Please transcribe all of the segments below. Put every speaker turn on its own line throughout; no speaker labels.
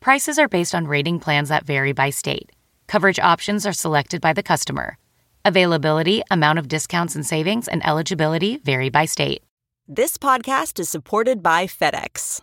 Prices are based on rating plans that vary by state. Coverage options are selected by the customer. Availability, amount of discounts and savings, and eligibility vary by state.
This podcast is supported by FedEx.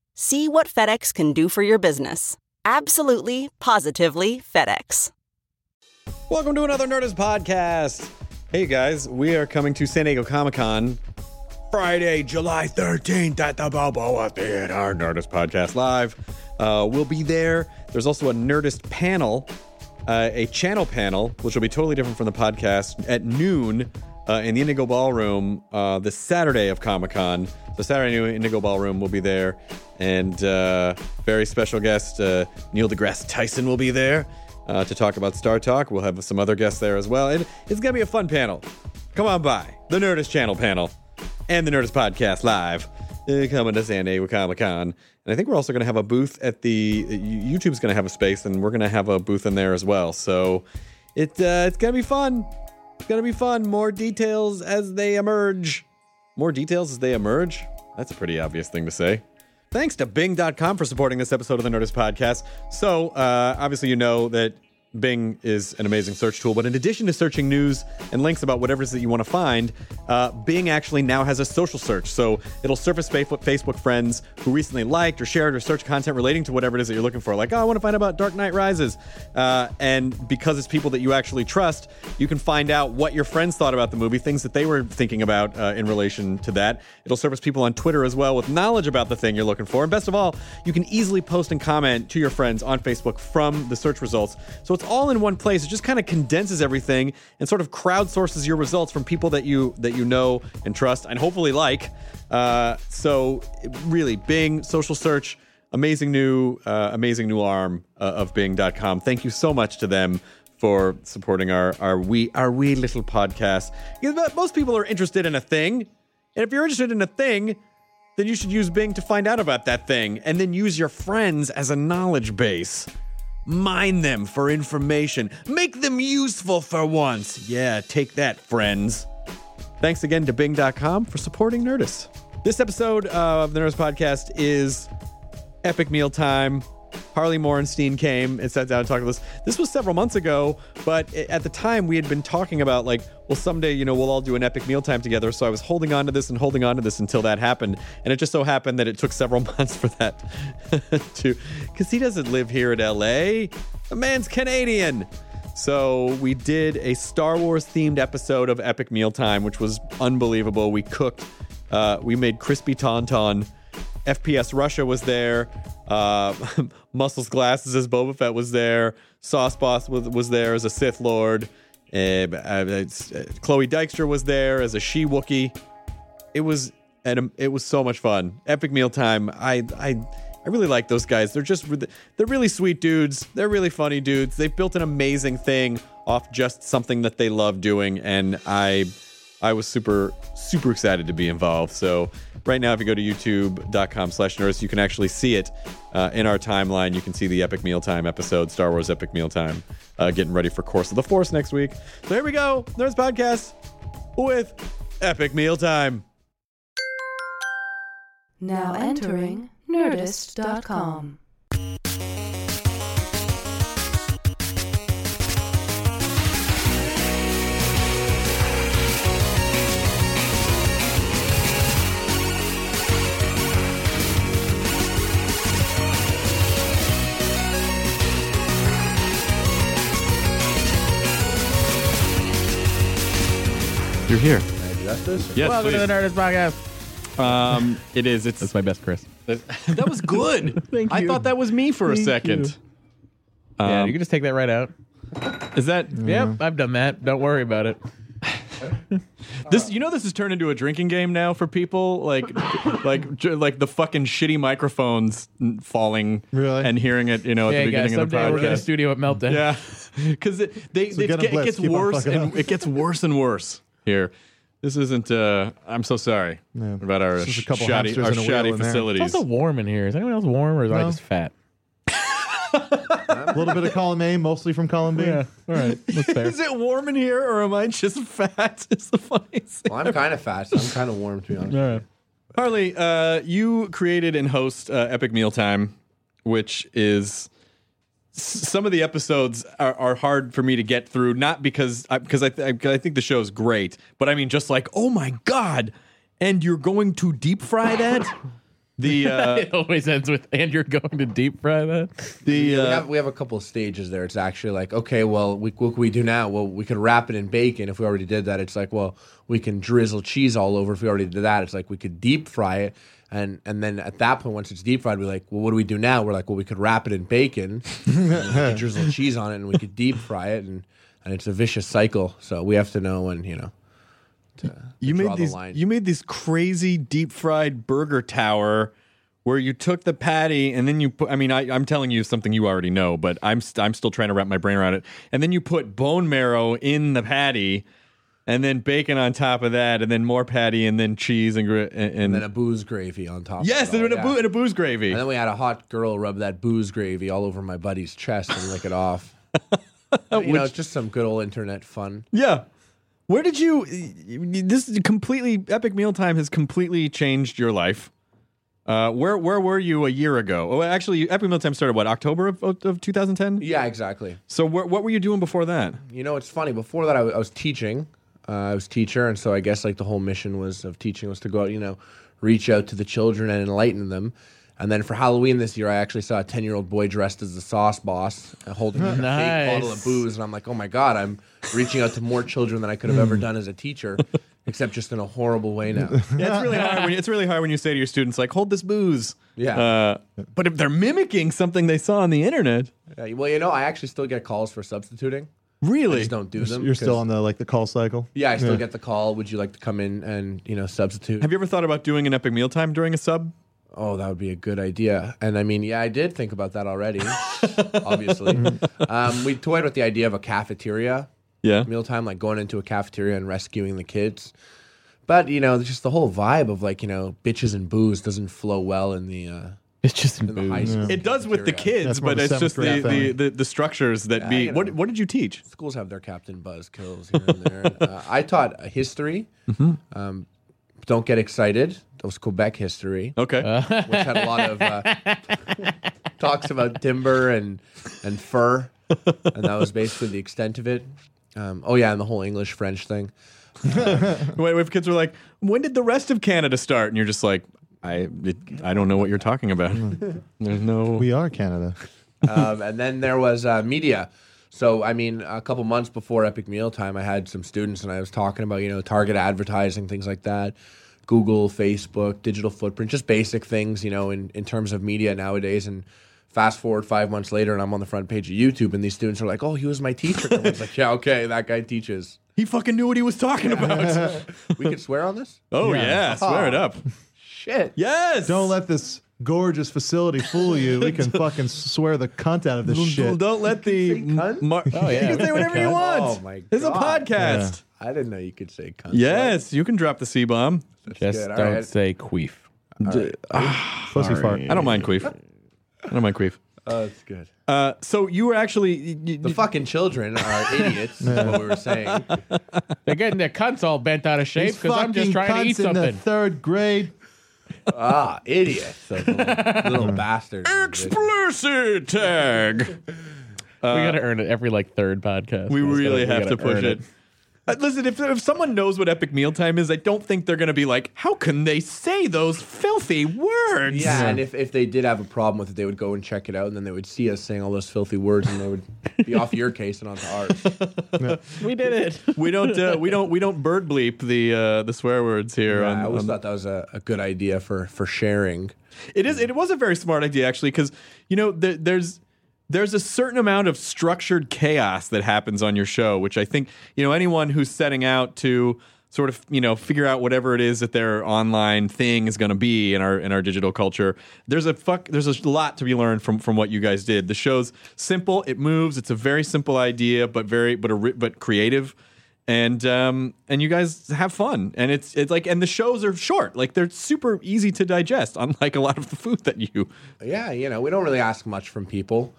See what FedEx can do for your business. Absolutely, positively FedEx.
Welcome to another Nerdist podcast. Hey guys, we are coming to San Diego Comic Con Friday, July 13th at the Balboa Theater. Our Nerdist podcast live. Uh, we'll be there. There's also a Nerdist panel, uh, a channel panel, which will be totally different from the podcast at noon uh, in the Indigo Ballroom uh, the Saturday of Comic Con. So Saturday noon, Indigo Ballroom will be there, and uh, very special guest uh, Neil deGrasse Tyson will be there uh, to talk about Star Talk. We'll have some other guests there as well, and it's gonna be a fun panel. Come on by the Nerdist Channel panel and the Nerdist Podcast live uh, coming to San Diego Comic Con. And I think we're also going to have a booth at the uh, YouTube's going to have a space, and we're going to have a booth in there as well. So it uh, it's going to be fun. It's going to be fun. More details as they emerge. More details as they emerge. That's a pretty obvious thing to say. Thanks to Bing.com for supporting this episode of the Nerdist Podcast. So, uh, obviously, you know that Bing is an amazing search tool, but in addition to searching news and links about whatever it is that you want to find, uh, Bing actually now has a social search. So, it'll surface fa- Facebook friends who recently liked or shared or searched content relating to whatever it is that you're looking for. Like, oh, I want to find out about Dark Knight Rises. Uh, and because it's people that you actually trust, you can find out what your friends thought about the movie, things that they were thinking about uh, in relation to that. It'll service people on Twitter as well with knowledge about the thing you're looking for. And best of all, you can easily post and comment to your friends on Facebook from the search results. So it's all in one place. It just kind of condenses everything and sort of crowdsources your results from people that you that you know and trust and hopefully like. Uh, so really, Bing, social search, amazing new uh, amazing new arm uh, of Bing.com. Thank you so much to them for supporting our our wee our wee little podcast. Because mo- most people are interested in a thing, and if you're interested in a thing, then you should use Bing to find out about that thing, and then use your friends as a knowledge base. Mine them for information. Make them useful for once. Yeah, take that, friends. Thanks again to Bing.com for supporting Nerdist. This episode of the Nerdist Podcast is epic meal time. Harley Morenstein came and sat down and talked to us. This was several months ago, but i- at the time we had been talking about like, well, someday you know we'll all do an epic meal time together. So I was holding on to this and holding on to this until that happened, and it just so happened that it took several months for that to, because he doesn't live here in L.A. The man's Canadian. So we did a Star Wars themed episode of Epic Meal Time, which was unbelievable. We cooked, uh, we made crispy tauntaun. FPS Russia was there. Uh, Muscles Glasses as Boba Fett was there. Sauce Boss was, was there as a Sith Lord. Uh, uh, it's- uh, Chloe Dykstra was there as a She Wookie. It was and um, it was so much fun. Epic meal time. I I I really like those guys. They're just re- they're really sweet dudes. They're really funny dudes. They've built an amazing thing off just something that they love doing, and I I was super, super excited to be involved. So right now, if you go to youtube.com slash nerdist, you can actually see it uh, in our timeline. You can see the Epic Mealtime episode, Star Wars Epic Mealtime, uh, getting ready for Course of the Force next week. So here we go, Nerdist Podcast with Epic Mealtime.
Now entering nerdist.com.
You're here. Yes,
Welcome to
please.
the Nerdist Podcast.
Um, it is. It's
That's my best, Chris.
that was good.
Thank
I
you.
thought that was me for a second.
yeah, you can just take that right out.
Is that
Yep, I've done that. Don't worry about it.
This you know this has turned into a drinking game now for people like like j- like the fucking shitty microphones n- falling
Really?
and hearing it you know at
Yeah,
the
guys,
beginning of the
someday
podcast.
we're gonna studio at Meltdown.
yeah, because it, they, it,
get 'em
get- it
blitzed.
gets
Keep on
worse
fucking
and
up.
it gets worse and worse here. This isn't. uh I'm so sorry about our
just a
sh-
couple
shoddy
hamsters
our
and a wheel
shoddy
in there.
facilities.
It's also warm in here. Is anyone else warm or is I
No.
just fat?
A little bit of column A, mostly from column B.
All right. That's fair.
Is it warm in here or am I just fat? Is the funniest thing.
Well, I'm kind of fat, so I'm kind of warm, to be honest.
All right.
Harley, uh, you created and host uh, Epic Mealtime, which is s- some of the episodes are, are hard for me to get through. Not because I because I, th- I, 'cause I think the show is great, but I mean just like oh my god, and you're going to deep fry that. the uh,
It always ends with and you're going to deep fry that.
the
We
uh,
have we have a couple of stages there. It's actually like, okay, well, we, what can we do now? Well, we could wrap it in bacon if we already did that. It's like, well, we can drizzle cheese all over if we already did that. It's like we could deep fry it, and and then at that point, once it's deep fried, we're like, well, what do we do now? We're like, well, we could wrap it in bacon, and we could drizzle cheese on it, and we could deep fry it, and and it's a vicious cycle. So we have to know when you know.
you
draw
made
the
these
line.
you made these crazy deep fried burger tower where you took the patty and then you put i mean I, i'm telling you something you already know but I'm, st- I'm still trying to wrap my brain around it and then you put bone marrow in the patty and then bacon on top of that and then more patty and then cheese and gr- and, and,
And then a booze gravy on top.
yes
of
and,
it all,
then a
yeah.
boo- and a booze gravy
And then we had a hot girl rub that booze gravy all over my buddy's chest and lick it off. you know, it's just some good old internet fun.
yeah where did you this completely epic mealtime has completely changed your life uh, where where were you a year ago? Oh, actually, Epic Mealtime started what October of of 2010.
Yeah, exactly.
So what what were you doing before that?
You know, it's funny. Before that, I, w- I was teaching. Uh, I was teacher, and so I guess like the whole mission was of teaching was to go out, you know, reach out to the children and enlighten them. And then for Halloween this year, I actually saw a ten-year-old boy dressed as the Sauce Boss uh, holding like, a
Nice.
fake bottle of booze, and I'm like, oh my god, I'm reaching out to more children than I could have ever done as a teacher, except just in a horrible way now.
Yeah, it's really hard. When, it's really hard when you say to your students like, "Hold this booze."
Yeah.
Uh, but if they're mimicking something they saw on the internet,
Yeah, well, you know, I actually still get calls for substituting. I
really,
just don't do them.
You're still
'cause-
on the like the call cycle.
Yeah, I still get the call. Would you like to come in and you know substitute?
have you ever thought about doing an epic mealtime during a sub?
oh, that would be a good idea. And I mean, yeah, I did think about that already. obviously, um, we toyed with the idea of a cafeteria
Yeah.
mealtime, like going into a cafeteria and rescuing the kids. But you know, just the whole vibe of like you know bitches and booze doesn't flow well in the uh,
It's just
in the high
booze.
school.
It does with the
cafeteria.
kids,
That's more
but
of a
it's just the,
seventh grade
the,
thing.
the, the structures that be.
you know.
What what did you teach?
schools have their Captain Buzz kills here and there. uh, I taught uh, history. Um, don't get excited. That was Quebec history,
Okay.
which had a lot of uh, talks about timber and and fur, and that was basically the extent of it. Um, oh yeah, and the whole English French thing.
Wait, if kids were like, "When did the rest of Canada start?" and you're just like, "I it, I don't know what you're talking about."
Hmm.
There's no.
We are Canada.
um, and then there was uh, media. So I mean, a couple months before Epic Meal Time, I had some students, and I was talking about you know target advertising, things like that, Google, Facebook, digital footprint, just basic things you know in in terms of media nowadays. And fast forward five months later, and I'm on the front page of YouTube, and these students are like, "Oh, he was my teacher." And I was like, "Yeah, okay, that guy teaches."
He fucking knew what he was talking about.
We could swear on this.
oh yeah, swear it up.
Shit.
Yes.
Don't let this gorgeous facility fool you. We can fucking swear the cunt out of this
Well,
shit.
Don't let the
cunt?
mar-
yeah,
you
we
can say
can
whatever you
cunt.
want.
Oh, my
It's a
God.
podcast.
I didn't know you could say cunt.
Yes, you can drop the C bomb.
Just
good. All
don't
right.
say queef.
Pussy fart.
I don't mind queef. I don't mind queef.
Oh, that's good.
Uh, so you were actually y-
The
y-
fucking children are idiots. is what we were saying.
They're getting their cunts all bent out of shape
These
because I'm just
fucking
trying to eat
cunts in the
something.
third grade.
Ah, idiot. So the little bastard.
explicit tag.
we gotta earn it every like third podcast.
we
It's gotta-
really have
gotta
to push
earn
it. Uh, Listen, if, if someone knows what epic mealtime is, I don't think they're going to be like, how can they say those filthy words?
Yeah, and if, if they did have a problem with it, they would go and check it out, and then they would see us saying all those filthy words, and they would be off your case and onto ours.
we did it.
We don't uh, we don't we don't bird bleep the uh, the swear words here. on,
I always
on-
thought that was a, a good idea for for sharing.
It is. It was a very smart idea actually, because you know there, there's there's a certain amount of structured chaos that happens on your show, which I think you know anyone who's setting out to sort of you know figure out whatever it is that their online thing is going to be in our in our digital culture. There's a fuck. There's a lot to be learned from from what you guys did. The show's simple. It moves. It's a very simple idea, but very but a ri- but creative and um and you guys have fun and it's it's like and the shows are short like they're super easy to digest unlike a lot of the food that you
Yeah, you know, we don't really ask much from people.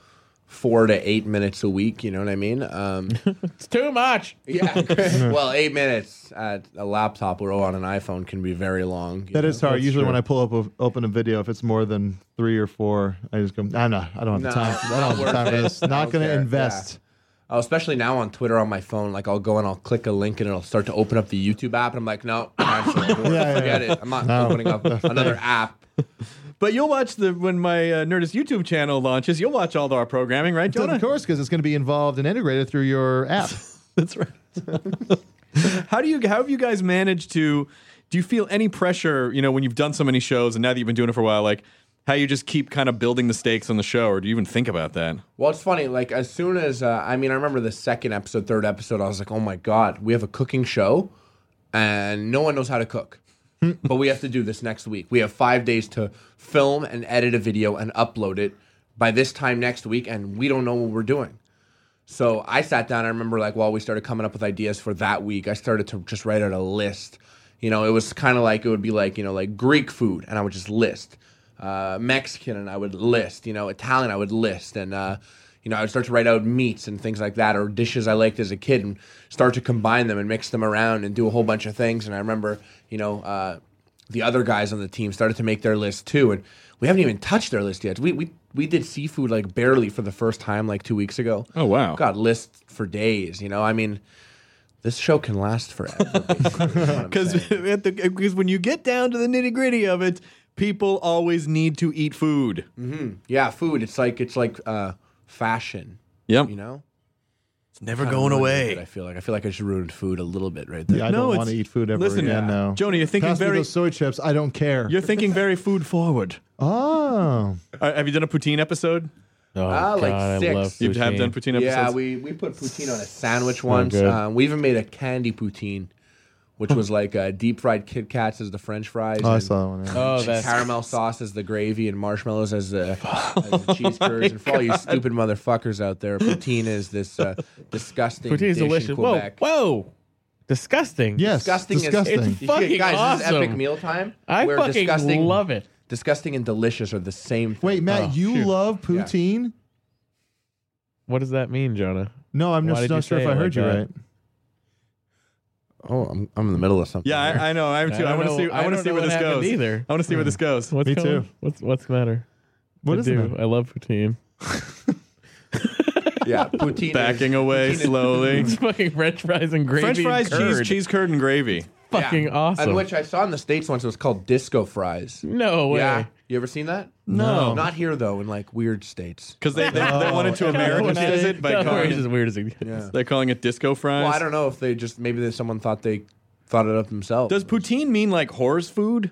Four to eight minutes a week, you know what I mean? Um,
It's too much.
yeah. well, eight minutes at a laptop or on an iPhone can be very long.
That is hard. Usually, when I pull up a, open a video, if it's more than three or four, I just go, I'm not. I don't have the
No,
time. I don't have the
not
time
worth
for
it.
this.
I
Not
don't
going to
care.
invest.
Oh, especially now on Twitter on my phone, like I'll go and I'll click a link and it'll start to open up the YouTube app, and I'm like, no, cancel.
yeah,
forget
yeah.
it. I'm not
No.
opening up another app.
but you'll watch the when my uh, nerdist youtube channel launches you'll watch all of our programming right
Of
jonah
course, because it's going to be involved and integrated through your app.
that's right how do you how have you guys managed to do you feel any pressure you know when you've done so many shows and now that you've been doing it for a while like how you just keep kind of building the stakes on the show or do you even think about that
Well, it's funny. Like as soon as uh, I mean, I remember the second episode, third episode, I was like, "Oh my god, we have a cooking show, and no one knows how to cook." but we have to do this next week. We have five days to film and edit a video and upload it by this time next week, and we don't know what we're doing. So I sat down. I remember, like, while we started coming up with ideas for that week, I started to just write out a list. You know, it was kind of like it would be like you know, like Greek food, and I would just list. Uh, Mexican, and I would list. You know, Italian, I would list, and uh, you know, I would start to write out meats and things like that, or dishes I liked as a kid, and start to combine them and mix them around and do a whole bunch of things. And I remember, you know, uh, the other guys on the team started to make their list too, and we haven't even touched their list yet. We we we did seafood like barely for the first time like two weeks ago.
Oh, wow.
God, list for days. You know, I mean, this show can last forever.
because
Because
because when you get down to the nitty gritty of it, people always need to eat food.
yeah, food. It's like it's like uh, fashion.
Yep,
You know,
it's never
Kinda ruined it, I feel like I feel like I just ruined food a little bit right there.
Yeah, I
No,
don't
it's-
want to eat food ever
listen,
again.
yeah.
No,
Joni, you're thinking
Pass me
very-
those soy chips. I don't care.
You're thinking very food forward.
oh,
Uh, have you done a poutine episode?
Oh,
Ah, like six.
You have done poutine
poutine.
episodes.
Yeah, we, we put poutine on a sandwich once.
good.
Um, we even made a candy poutine, which was like uh, deep fried Kit Kats as the French fries.
oh I
and
saw that one. yeah.
Oh, that's
Caramel sauce as the gravy and marshmallows as the, as the cheese
Oh
curds. And for all you stupid motherfuckers out there, poutine is this uh, disgusting
poutine's
dish
delicious.
in
Whoa,
Quebec.
whoa, disgusting.
yes,
Disgusting,
disgusting.
is-
It's
You-
fucking
guys, this is epic
awesome.
mealtime.
I
where
fucking
disgusting,
love it.
Disgusting and delicious are the same. Thing.
Wait, Matt, you love poutine?
What does that mean, Jonah?
No, I'm
Why
just
did you
not sure
say
if
it
I
like
heard you
that?
right.
Oh, I'm, I'm in the middle of something.
Yeah, I, I know. I am
I
too. I,
don't
want to
know-
see.
I
I want to
don't
see
know
where
what
this
happened
goes.
either.
I want to see where this goes.
What's
Me
going on?
too.
What's what's the matter?
What
I
is
do.
it?
I love poutine.
yeah, poutine.
Backing
is,
away slowly.
It's fucking French fries and gravy.
French
and
fries,
curd.
cheese, cheese curd, and gravy.
Fucking awesome.
And which I saw in the states once. It was called disco fries.
no way.
Yeah, you ever seen that?
No.
not here though. In like weird states.
Because they, they, they wanted to
Oh,
Americanize
okay.
it by
No,
calling
it's as
it,
weird as it gets.
they're calling it disco fries.
Well, I don't know if they just maybe there's someone thought they thought it up themselves.
Does poutine mean like horse food?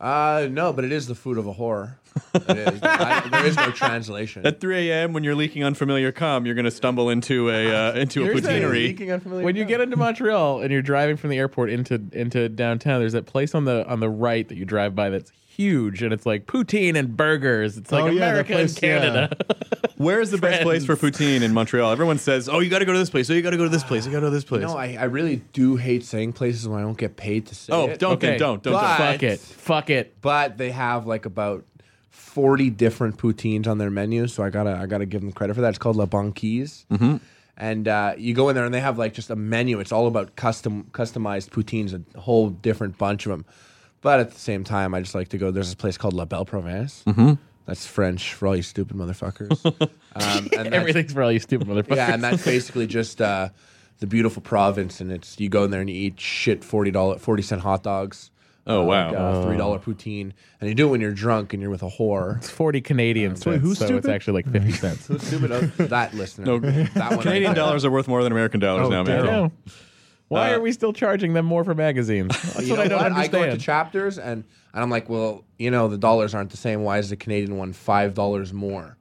uh no, but it is the food of a whore. It is. I- there is no translation.
At 3 a.m., when you're leaking unfamiliar cum, you're going to stumble into a uh, into a
You're saying
poutinery.
Speaking unfamiliar
When you
terms.
get into Montreal and you're driving from the airport into into downtown, there's that place on the on the right that you drive by that's huge and it's like poutine and burgers. It's like
Oh, yeah, that
America
place,
and Canada.
Where is the best place for poutine in Montreal? Everyone says, "Oh, you got to go to this place. Oh, you got to go to this place. You got to go to this place."
no, I, I really do hate saying places when I don't get paid to say
oh,
it.
don't
Okay,
then don't don't.
But-
don't.
Fuck it. Fuck it.
But they have like about forty different poutines on their menu, so I gotta I gotta give them credit for that. It's called La Banquise. Mm-hmm. And uh, you go in there and they have like just a menu. It's all about custom customized poutines, a whole different bunch of them. But at the same time, I just like to go. There's this place called La Belle Province. Mm-hmm. That's French for all you stupid motherfuckers. um, and that's-
Everything's for all you stupid motherfuckers.
yeah, and that's basically just uh, the beautiful province, and it's you go in there and you eat shit forty dollar forty cent hot dogs.
Oh, wow.
like, uh, three dollar poutine, and you do it when you're drunk and you're with a whore.
It's 40 Canadian cents,
who's
so it's
stupid?
actually like 50 cents.
that listener,
No,
that one
Canadian
right there.
dollars are worth more than American dollars now,
I
man.
know. Why
Uh,
are we still charging them more for magazines? That's
You
what I
know
don't
what? I go
understand.
into chapters and, and I'm like, well, you know, the dollars aren't the same. Why is the Canadian one five dollars more?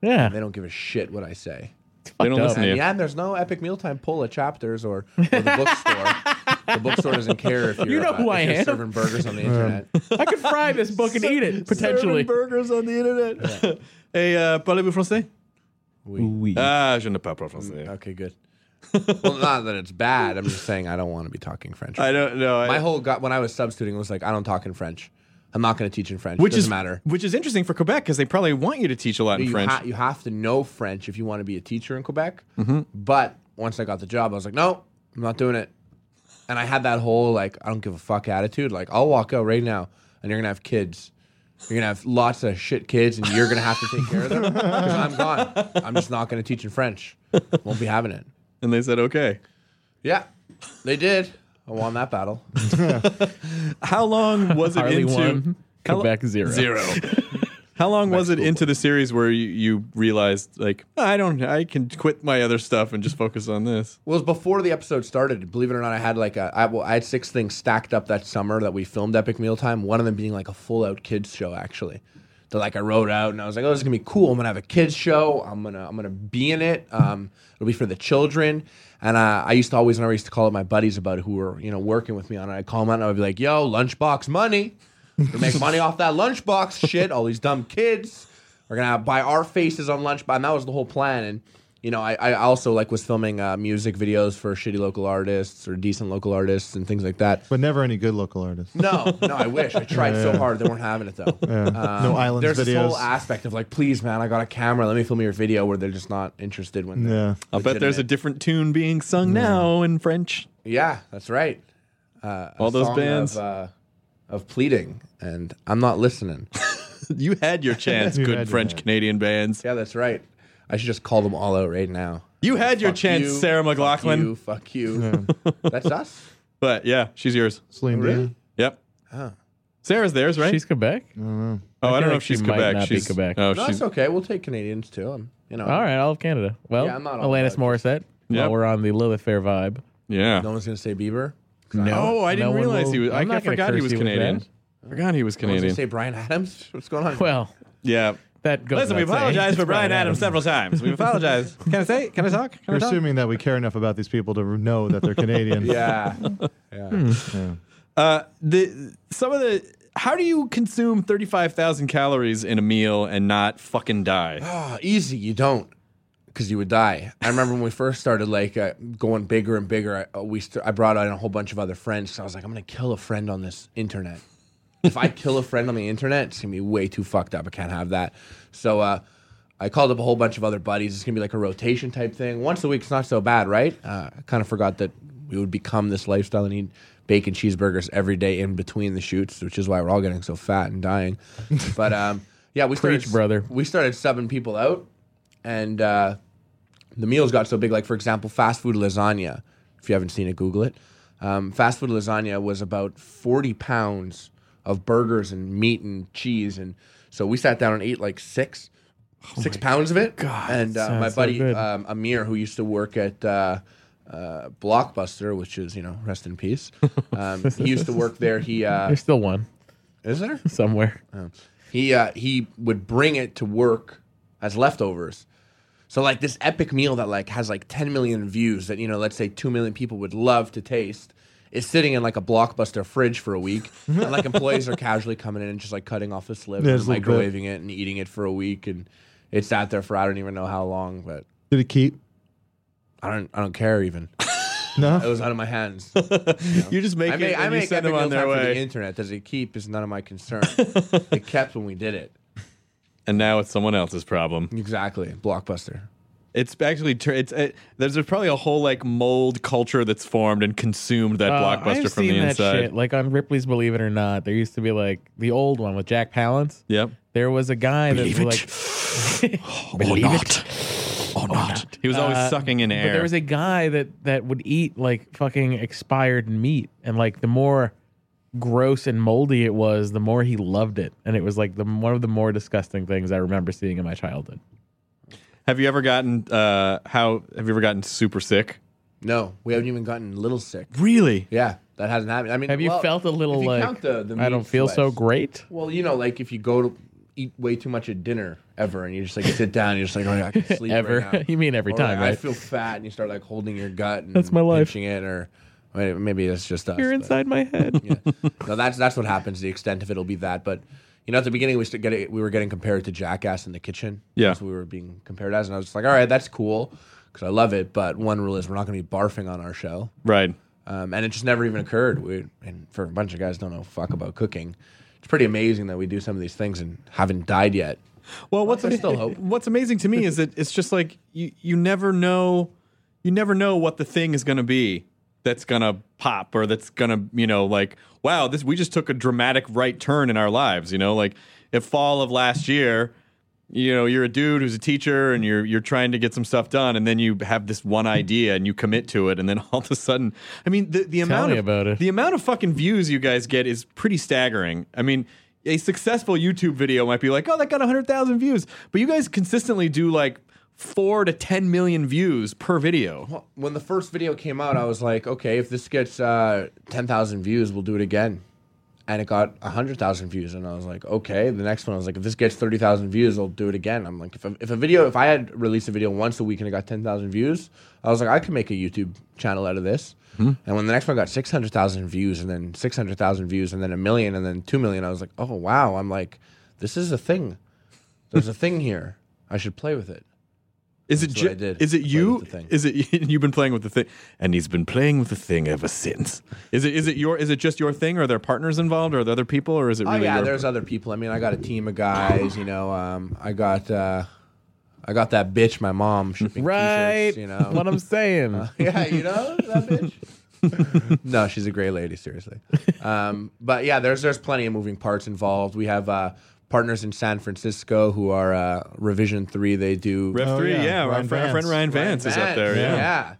yeah,
They don't give a shit what I say.
They don't
Fucked up.
listen to
And
you.
yeah, and there's no epic mealtime pull at chapters or, or the bookstore. the bookstore doesn't care if you're,
You know who
if
I
you're
am. Um,
serving burgers on the internet.
I could fry this book and eat it potentially.
burgers on the internet. hey, uh, parlez-vous français? Ah, je ne parle pas français.
Mm, Okay, good. well, not that it's bad. I'm just saying I don't want to be talking French.
I don't know. I-
My whole got when I was substituting it was like I don't talk in French. I'm not going to teach in French.
which
doesn't
is
matter.
Which is interesting for Quebec because they probably want you to teach a lot in
you,
French.
ha- you have to know French if you want to be a teacher in Quebec.
Mm-hmm.
But once I got the job, I was like, no, I'm not doing it. And I had that whole like, I don't give a fuck attitude. Like, I'll walk out right now, and you're gonna have kids. You're gonna have lots of shit kids, and you're gonna have to take care of them. 'Cause I'm gone. I'm just not gonna teach in French. Won't be having it.
and they said, okay.
Yeah, they did. I won that battle.
How long was it
Harley
into
won.
How lo-
Quebec zero.
zero? How long was it into the series where you, you realized like I don't I can quit my other stuff and just focus on this?
Well, it was before the episode started. Believe it or not, I had like a I, well, I had six things stacked up that summer that we filmed Epic Mealtime. One of them being like a full out kids show actually. That like I wrote out and I was like, oh, this is gonna be cool. I'm gonna have a kids show. I'm gonna I'm gonna be in it. Um, it'll be for the children. And uh, I used to always and I used to call up my buddies about it who were you know working with me on it. I'd call them out and I'd be like, yo, lunchbox money. We make money off that lunchbox shit. All these dumb kids are gonna buy our faces on lunchbox. And that was the whole plan. And you know, I, I also like was filming uh, music videos for shitty local artists or decent local artists and things like that.
But never any good local artists.
No, no, I wish. I tried so hard. They weren't having it though.
no islands
Um, There's this
videos.
whole aspect of like, please, man, I got a camera. Let me film your video where they're just not interested when. they're
yeah.
I'll bet there's a
legitimate.
different tune being
Mm.
sung now in French.
yeah, that's right. Uh, a
All those
song
bands.
of, uh, of pleading, and I'm not listening.
You had your chance,
You
good
had your
French
chance.
Canadian bands.
yeah, that's right. I should just call them all out right now.
You had your
Fuck
chance,
you,
Sarah McLaughlin.
Fuck you. Fuck you. That's us.
But yeah, she's yours.
Celine
really?
Dion.
Yep. Sarah's theirs, right?
She's Quebec.
oh, I,
feel
don't know
like
if she's
she might
Quebec.
not be
she's
Quebec.
Oh,
No,
she's
it's okay. We'll take Canadians too. I'm, you know,
All right, all of Canada. Well,
Yeah, I'm not all
Alanis
about
Morissette.
Yep.
While we're on the Lilith Fair vibe.
yeah.
No one's gonna say Bieber.
No,
Oh, I didn't
no one
realize
will-
he was.
I'm
I
not gonna
forgot he
curse
was
you with
Canadian.
that.
I forgot he was
No one's
Canadian.
gonna say Brian Adams. What's going on?
Well,
yeah.
that goes.
Listen, we
without saying.
apologize for
It's
Brian Adams several times. We apologize. Can I say? Can I talk? Can
You're
I talk?
assuming that we care enough about these people to know that they're Canadian.
yeah, yeah.
Uh, the some of the. How do you consume thirty five thousand calories in a meal and not fucking die?
Ah, easy. You don't, because you would die. I remember when we first started, like uh, going bigger and bigger. I, uh, we st- I brought in a whole bunch of other friends. So I was like, I'm gonna kill a friend on this internet. if I kill a friend on the internet, it's gonna be way too fucked up. I can't have that. So uh, I called up a whole bunch of other buddies. It's gonna be like a rotation type thing. Once a week's not so bad, right? Uh, I kind of forgot that we would become this lifestyle and eat bacon cheeseburgers every day in between the shoots, which is why we're all getting so fat and dying. But um, yeah, we started,
Preach, brother.
We started subbing people out, and uh, the meals got so big. Like for example, fast food lasagna. If you haven't seen it, Google it. Um, fast food lasagna was about forty pounds of burgers and meat and cheese, and so we sat down and ate like six, six pounds of it. God, and uh, my
sounds so
buddy
good.
um, Amir, who used to work at uh, uh, Blockbuster, which is you know rest in peace, um, he used to work there. He uh,
There's still one
is there?
somewhere.
He uh, he would bring it to work as leftovers. So like this epic meal that like has like 10 million views that you know let's say 2 million people would love to taste is sitting in like a blockbuster fridge for a week and like employees are casually coming in and just like cutting off a slip
Yeah,
and
just a little bit.
microwaving it and eating it for a week and it's sat there for I don't even know how long but
Did it keep?
I don't I don't care even it
No.
was out of my hands
You just make
I
it
make,
and
I
you
make
send them
epic
on
meal
their
time for the
way.
internet does it keep is none of my concern it kept when we did it
and now it's someone else's problem.
exactly blockbuster
It's actually tur- it's uh, there's probably a whole like mold culture that's formed and consumed that
Uh,
blockbuster
I've
from
seen
the
that
inside.
shit. Like on Ripley's Believe It or Not, there used to be like the old one with Jack Palance.
Yep.
There was a guy that
Believe
was
it.
like,
or
Believe
not. Or
no,
God. He was always sucking in
But
air.
there was a guy that that would eat like fucking expired meat, and like the more gross and moldy it was, the more he loved it, and it was like the one of the more disgusting things I remember seeing in my childhood.
have you ever gotten uh how have you ever gotten super sick?
No, we haven't even gotten a little sick.
Really?
Yeah, that hasn't happened. I mean,
Have you
well,
felt a little
if you
like
count the- the
I
meat
don't feel so
sweats.
great?
Well, you know, like if you go to eat way too much at dinner ever, and you just like sit down, and you're just like, oh, yeah, I can sleep right
Ever.
now."
You mean every
Or,
time,
like, I
right?
feel fat, and you start like holding your gut. And
That's my life.
Pinching it, or I mean, maybe that's just us.
You're
but-
inside my head.
yeah. No, that's that's what happens. The extent of it'll be that, but. You know, at the beginning we st- get it, we were getting compared to Jackass in the kitchen.
Yeah.
That's what we were being compared as, and I was just like, "All right, that's cool, because I love it." But one rule is we're not going to be barfing on our show.
Right.
Um, and it just never even occurred. We, and for a bunch of guys, don't know fuck about cooking. It's pretty amazing that we do some of these things and haven't died yet.
Well, what's
There's still hope.
what's amazing to me is that it's just like you you never know you never know what the thing is going to be that's going to pop or that's going to, you know, like wow, this we just took a dramatic right turn in our lives, you know, like if fall of last year, you know, you're a dude who's a teacher and you're you're trying to get some stuff done and then you have this one idea and you commit to it and then all of a sudden, I mean, the the amount
me
of
about it.
the amount of fucking views you guys get is pretty staggering. I mean, a successful YouTube video might be like, oh, that got 100,000 views. But you guys consistently do like four to 10 million views per video.
When the first video came out, I was like, okay, if this gets uh, 10,000 views, we'll do it again. And it got 100,000 views. And I was like, okay. The next one, I was like, if this gets 30,000 views, I'll do it again. I'm like, if a, if a video, if I had released a video once a week and it got 10,000 views, I was like, I could make a YouTube channel out of this. And when the next one got 600,000 views and then 600,000 views and then a million and then 2 million, I was like, oh, wow. I'm like, this is a thing. There's a thing here. I should play with it.
Is it
That's
ju-
what I did.
is it
Played
you?
with the thing.
Is it you've been playing with the thing and he's been playing with the thing ever since. Is it is it your is it just your thing or are there partners involved or are there other people or is it really
oh yeah,
your-
there's other people. I mean, I got a team of guys. You know, um, I got uh, I got that bitch. My mom shipping
Right.
T-shirts, you know, Uh,
What I'm saying.
yeah, you know that bitch. no, she's a great lady, seriously. Um, but yeah, there's there's plenty of moving parts involved. We have uh, partners in San Francisco who are uh, Revision Three. They do
Rev
Oh,
three,
yeah,
yeah. our,
Ryan
fr- our friend
Vance.
Ryan Vance is up there, yeah.
yeah,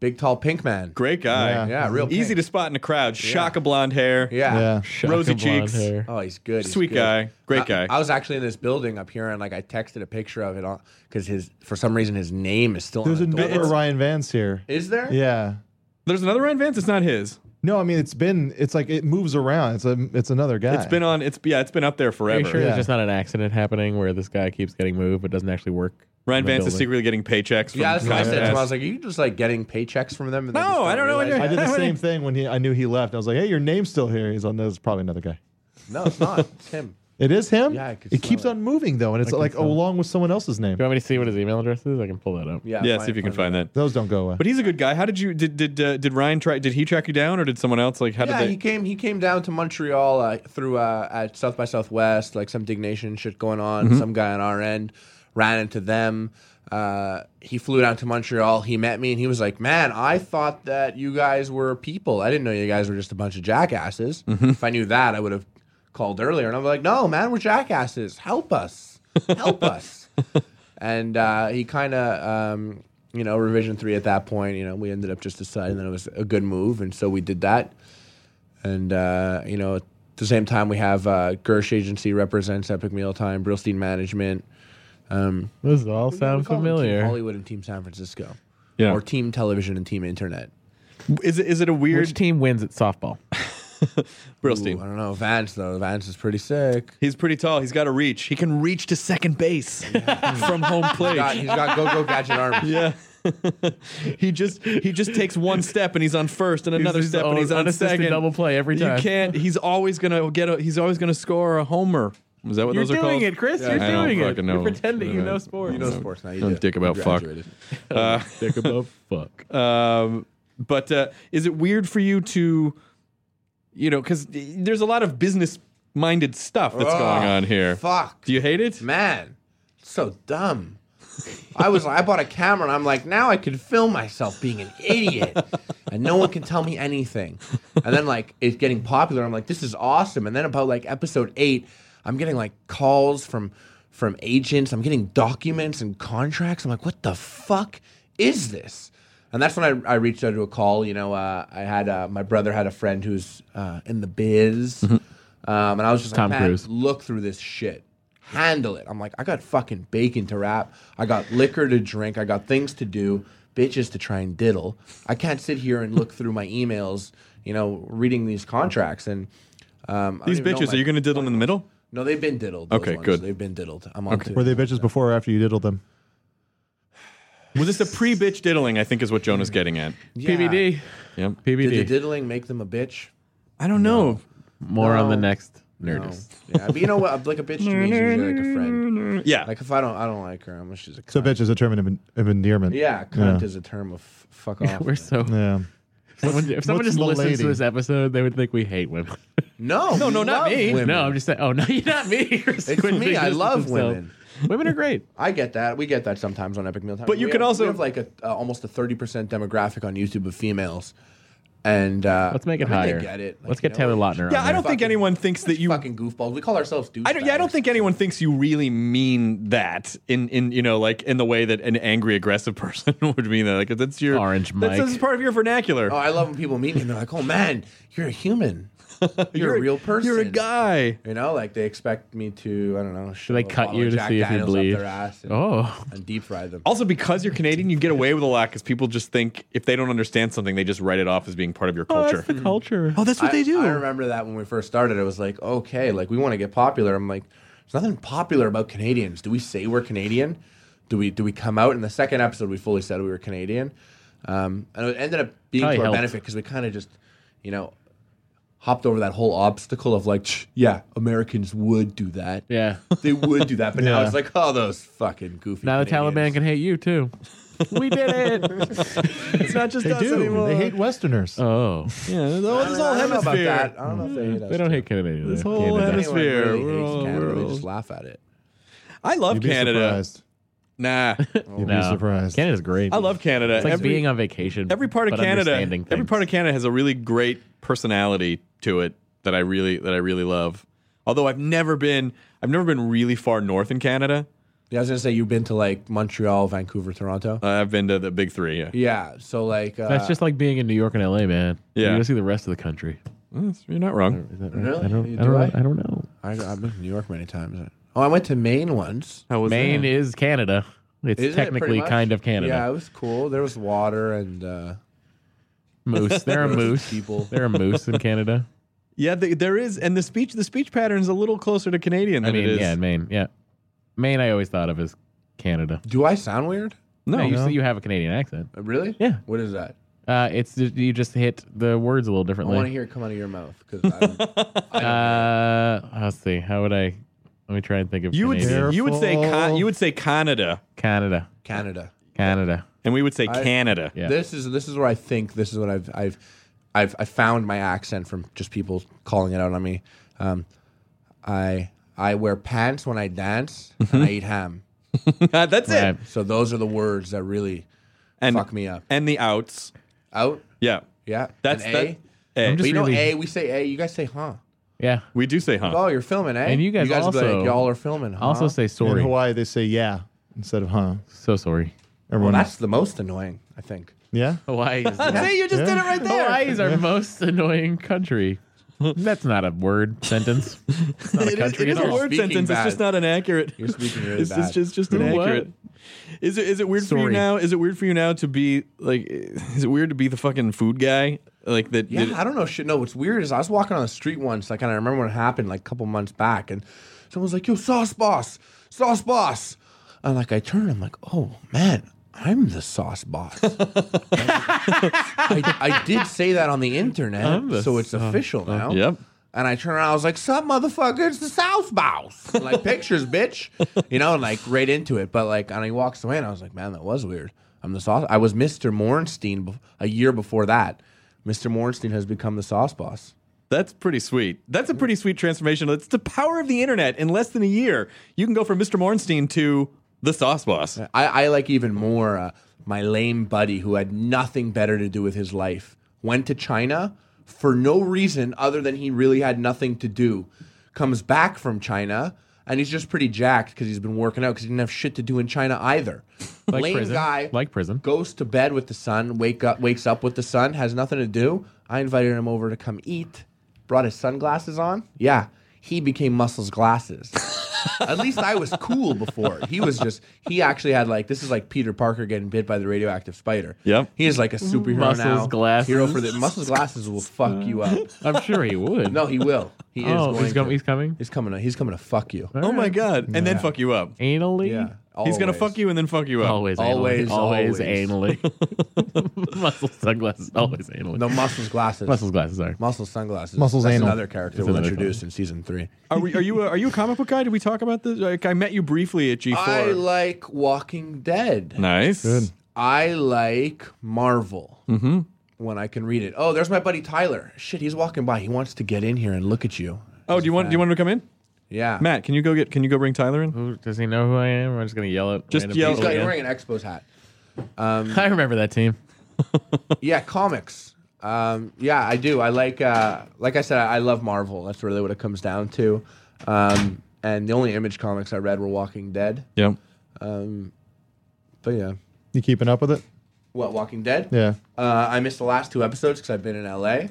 big tall pink man.
Great guy.
Yeah.
Yeah, real
Easy
pink.
to spot in the crowd. Shock of blonde hair.
Yeah.
Yeah.
Shock
Rosy
of blonde
cheeks.
hair.
Oh, he's good. he's
Sweet
good.
guy. Great guy.
I- I was actually in this building up here, and like I texted a picture of it on because his for some reason his name is still.
There's
on the
another
door.
Ryan Vance here.
Is there?
Yeah.
There's another Ryan Vance. It's not his.
No, I mean it's been. It's like it moves around. It's a. It's another guy.
It's been on. It's yeah. It's been up there
Are
forever.
you sure
Yeah.
there's just not an accident happening where this guy keeps getting moved but doesn't actually work?
Ryan
in the
Vance is
building?
secretly getting paychecks. From
Yeah, that's what I
Comcast.
said. to him. I was like, "Are you just like getting paychecks from them?" and they
No,
just
I don't know what
realize-
I did the
Yeah.
same thing when he. I knew he left. I was like, "Hey, your name's still here." He's on. There's probably another guy.
No, it's not. It's him.
It is him.
Yeah, I could
it
smell
keeps
it.
on moving though, and it's like along with someone else's name.
Do you want me to see what his email address is? I can pull that up.
Yeah.
yeah,
fine,
see if you can
fine.
find that.
Those don't go away.
But he's a good guy. How did you did did uh, did Ryan try? Did he track you down, or did someone else? Like, how
yeah,
did they?
he came. He came down to Montreal uh, through uh, at South by Southwest, like some dignation shit going on. Some guy on our end ran into them. Uh, he flew down to Montreal. He met me, and he was like, "Man, I thought that you guys were people. I didn't know you guys were just a bunch of jackasses. If I knew that, I would have called earlier." And I'm like, "No, man, we're jackasses. Help us, help us." and uh, he kind of um, you know revision three at that point you know we ended up just deciding that it was a good move and so we did that and uh, you know at the same time we have uh, gersh agency represents epic mealtime brillstein management um,
This all
we
sounds
call them Team
familiar.
hollywood and team san francisco
Yeah.
or team television and team internet
Is it is it a weird
Which team wins at softball?
Ooh, i
Brillstein?
don't know vance though vance is pretty sick
He's pretty tall. He's got a reach. He can reach to second base from home plate.
He's got- he's got go-go gadget arms
yeah. he just he just takes one step and he's on first and another
he's
step and
on-
he's on
unassisted
second.
double play every time.
You can't. He's always gonna get. A, he's always gonna score a homer. Is that what those are called?
Chris.
You're
I don't fucking know. Yeah.
you know sports now you
Don't
do.
dick about
You
fuck.
graduated.
Think about fuck.
Um, but uh, is it weird for you to, you know, because there's a lot of business minded stuff that's
Oh,
going on here.
fuck
Do you hate it?
man, so dumb. I was I bought a camera and I'm like, now I can film myself being an idiot and no one can tell me anything. And then like it's getting popular. I'm like, this is awesome. And then about like episode eight, I'm getting like calls from from agents. I'm getting documents and contracts. I'm like, what the fuck is this? And that's when I, I reached out to a call. You know, uh, I had uh, my brother had a friend who's uh, in the biz, um, and I was just
Mm-hmm. Tom
like, "Man,
Cruise.
look through this shit, handle it. I'm like, I got fucking bacon to wrap, I got liquor to drink, I got things to do, bitches to try and diddle. I can't sit here and look through my emails, you know, reading these contracts and um, I
These
don't even know
bitches,
my-
are you going to diddle them in the middle?
No, they've been diddled. those
Okay,
ones.
good.
They've been diddled. I'm on to
Were they bitches before or after you diddled them?
Was this a pre-bitch diddling? I think is what Jonah's getting at.
Yeah.
PBD.
Yep.
Did the
PBD.
diddling make them a bitch?
I don't know.
More on the
No.
next
No.
Nerdist.
Yeah, but you know what? Like a bitch to me is usually like a friend.
Yeah.
Like if I don't, I don't like her. I'm she's a cunt.
So bitch is a term of, en- of endearment.
Yeah, cunt
Yeah.
is a term of f- fuck off.
We're so.
Yeah.
if Someone, if someone
What's
just
the
listens
lady?
to this episode, they would think we hate women.
no,
No,
we
no, not
love
me.
women.
No, I'm just saying. Oh no, you're not me. it's
me. I love women.
Women are great.
I get that. We get that sometimes on Epic Meal Time.
But you
We
can
have-
also-
we have like a uh, almost a thirty percent demographic on YouTube of females, and uh,
Let's make it
I mean, they
higher.
Get it? Like,
Let's
you
get
know,
Taylor Lautner.
Yeah,
on
I don't
there.
think
Fucking-
anyone thinks that you.
fucking goofballs. We call ourselves dudes.
I don't. Yeah, I don't think anyone thinks you really mean that in in you know like in the way that an angry aggressive person would mean that. Like that's your
Orange
That's,
Mike.
that's part of your vernacular.
Oh, I love when people meet me and they're like, "Oh man, you're a human. You're, a real person.
You're a guy.
You know, like they expect me to, I don't know, should
they cut you to see if you bleed?
Up their ass and,
Oh,
and deep fry them.
Also, because you're Canadian, you get away with a lot because people just think if they don't understand something, they just write it off as being part of your culture.
Oh, the culture.
Oh, that's what
I,
they do.
I remember that when we first started. I was like, okay, like we want to get popular. I'm like, there's nothing popular about Canadians. Do we say we're Canadian? Do we do we come out in the second episode? We fully said we were Canadian, um, and it ended up being
Probably
to our
helped.
benefit because we kind of just, you know, hopped over that whole obstacle of like, "Tch, yeah, Americans would do that.
Yeah.
they would do that. But now
Yeah.
it's like, oh, those fucking goofy.
Now the Taliban
Canadians."
can hate you too. we did it.
it's not just
They
us
do.
anymore.
They hate Westerners.
Oh,
Yeah, the- well, this whole
I don't know about
hemisphere.
that. I don't know if they hate us.
they don't hate Canadians.
This
They
whole
hate
hemisphere.
us.
Anyone really
We're
hates
all-
Canada.
we're
They
all-
just laugh at it.
I love
You'd be
Canada.
surprised.
Nah,
You'd
No.
be surprised.
Canada's great.
I love Canada.
It's like
every,
being on vacation.
every part of
but
Canada.
understanding
Every
things.
part of Canada has a really great personality to it that I really that I really love. Although I've never been, I've never been really far north in Canada.
Yeah, I was gonna say you've been to like Montreal, Vancouver, Toronto.
Uh, I've been to the big three. Yeah,
yeah, so like uh,
That's just like being in New York and L.A., man.
Yeah.
you go see the rest of the country.
That's- you're not wrong.
Is that right?
Really?
I don't.
Do
I don't,
I?
I don't know.
I, I've been to New York many times. Oh, I went to Maine once.
How was
Maine
that?
is Canada. It's
Isn't it pretty
technically
much?
kind of Canada.
Yeah, it was cool. There was water and uh,
Moose. There are moose.
People.
There are moose in Canada.
Yeah, the, there is, and the speech the speech pattern is a little closer to Canadian
I
than
mean,
it is.
yeah, in Maine. Yeah, Maine. I always thought of as Canada.
do I sound weird?
No, you,
no.
see- you have a Canadian accent.
Uh, Really?
Yeah.
What is that?
Uh, it's ju- you just hit the words a little
I want to
differently.
hear it come out of your mouth because I
Uh, let's see. How would I? Let me try and think of
you would
Canadian.
say, you would say con,
Careful.
you would say Canada,
Canada,
Canada.
Canada.
and we would say
I-
Canada.
Yeah.
This is this is where I think this is what I've I've I've I found my accent from just people calling it out on me. Um, I I wear pants when I dance and
Mm-hmm.
I eat ham.
That's it.
Right.
So those are the words that really
And
fuck me up.
and the outs.
Out,
Yeah,
yeah.
that's
an
that.
a.
A.
I'm
But
just
you know
really-
a. We say a. You guys say huh.
Yeah.
we do say huh.
Oh, you're filming, eh?
And you guys
would be
also-
like, y'all are filming. Huh?
Also say
In
sorry.
Hawaii, they say yeah instead of huh.
So sorry.
Well,
Everyone.
that's the most annoying, I think.
yeah.
Hawaii. Is
Hey, you just
Yeah.
did it right there.
Hawaii is our most annoying country. That's not a word sentence. It's not a country
It is
at
a
all.
word
Speaking
sentence. It's
bad.
just not an accurate.
You're speaking really
it's just
bad.
just, just
Who
inaccurate. Is it is it weird for you
Sorry.
now? Is it weird for you now to be like? Is it weird to be the fucking food guy? Like that?
Yeah,
that-
I don't know shit. No, what's weird is I was walking on the street once, like, and I remember when it happened, like, a couple months back, and someone was like, "Yo, sauce boss, sauce boss," and like, I turned, I'm like, "Oh man, I'm the sauce boss." I, I did say that on the internet,
I'm the
so it's official now.
yep.
And I turned around, I was like, "Some motherfucker, it's the sauce boss." And, like pictures, bitch, you know, and like right into it. But like, and he walks away, and I was like, "Man, that was weird." I'm the sauce. I was Mr. Mornstein bef- a year before that. Mr. Mornstein has become the sauce boss.
That's pretty sweet. That's a pretty sweet transformation. It's the power of the internet. In less than a year, you can go from Mr. Mornstein to the sauce boss.
I, I like even more uh, my lame buddy who had nothing better to do with his life. Went to China for no reason other than he really had nothing to do. Comes back from China and he's just pretty jacked because he's been working out because he didn't have shit to do in China either.
Like
Lame
prison.
guy
Like prison.
goes to bed with the sun, wake up, wakes up with the sun, has nothing to do. I invited him over to come eat, brought his sunglasses on. Yeah, he became Muscle's glasses. At least I was cool before. He was just, he actually had like, this is like Peter Parker getting bit by the radioactive spider.
Yep.
He is like a superhero
Muscle's
now.
glasses.
Hero for the, Muscle's glasses will fuck you up.
I'm sure he would.
No, he will. He is
Oh,
going
he's, com-
to-
he's coming.
He's coming. To, he's coming to fuck you.
Oh my god! And then fuck you up.
Anally.
Yeah.
He's gonna
always.
fuck you and then fuck you up.
Always,
Always,
always, always,
always.
anally. Muscle sunglasses, always anally.
No muscles glasses.
Muscle glasses are.
Muscle sunglasses.
Muscles
That's
anal.
another character
It's
we'll
another
introduce in season three.
Are we? Are you? A, are you a comic book guy? Did we talk about this? Like, I met you briefly at G four.
I like Walking Dead.
nice.
Good.
I like Marvel. Mm-hmm. When I can read it. Oh, there's my buddy Tyler. Shit, he's walking by. He wants to get in here and look at you.
Oh, do you want? Do you want him to come in?
Yeah.
Matt, can you go get? Can you go bring Tyler in?
Who, does he know who I am? We're just gonna yell at.
Just
random
yell-
He's
people
got, he's
again?
wearing an Expos hat.
I remember that team.
Yeah, comics. Um, yeah, I do. I like, uh, like I said, I love Marvel. That's really what it comes down to. Um, and the only image comics I read were Walking Dead. Um,
Yeah.
But yeah,
You keeping up with it?
what Walking Dead?
Yeah.
Uh, I missed the last two episodes because I've been in LA.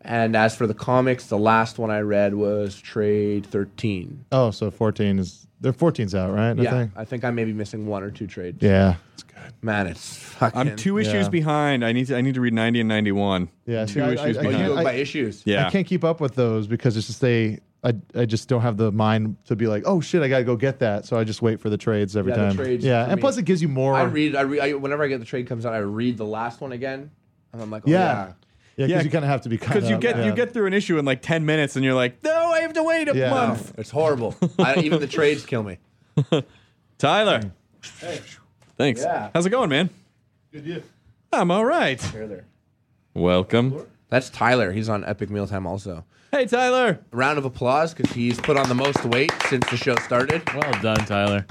And as for the comics, the last one I read was Trade 13.
Oh, so 14 is they're 14's out, right? I
yeah,
think.
I think I may be missing one or two trades.
Yeah.
Man, it's fucking.
I'm two issues
Yeah.
behind. I need to. I need to read 90 and 91.
Yeah.
Two
see, I- I-
issues
I-
Oh, you
behind.
go
I-
by issues.
Yeah.
I can't keep up with those because it's just they. I, I just don't have the mind to be like, oh shit, I gotta go get that. So I just wait for the trades every
Yeah, the
time.
trades
yeah,
for
and
me.
plus it gives you more.
I read. I read. I, whenever I get the trade comes out, I read the last one again, and I'm like, oh,
yeah,
yeah.
yeah, because
Yeah,
you kind of have to be caught
Because you
up,
get
yeah.
you get through an issue in like 10 minutes and you're like, no, I have to wait a
Yeah.
month.
It's horrible. I, even the trades kill me.
Tyler. Hey. Thanks.
Yeah.
How's it going, man? Good. You. I'm all right. Welcome.
That's Tyler. He's on Epic Mealtime also.
Hey, Tyler.
Round of applause because he's put on the most weight since the show started.
Well done, Tyler.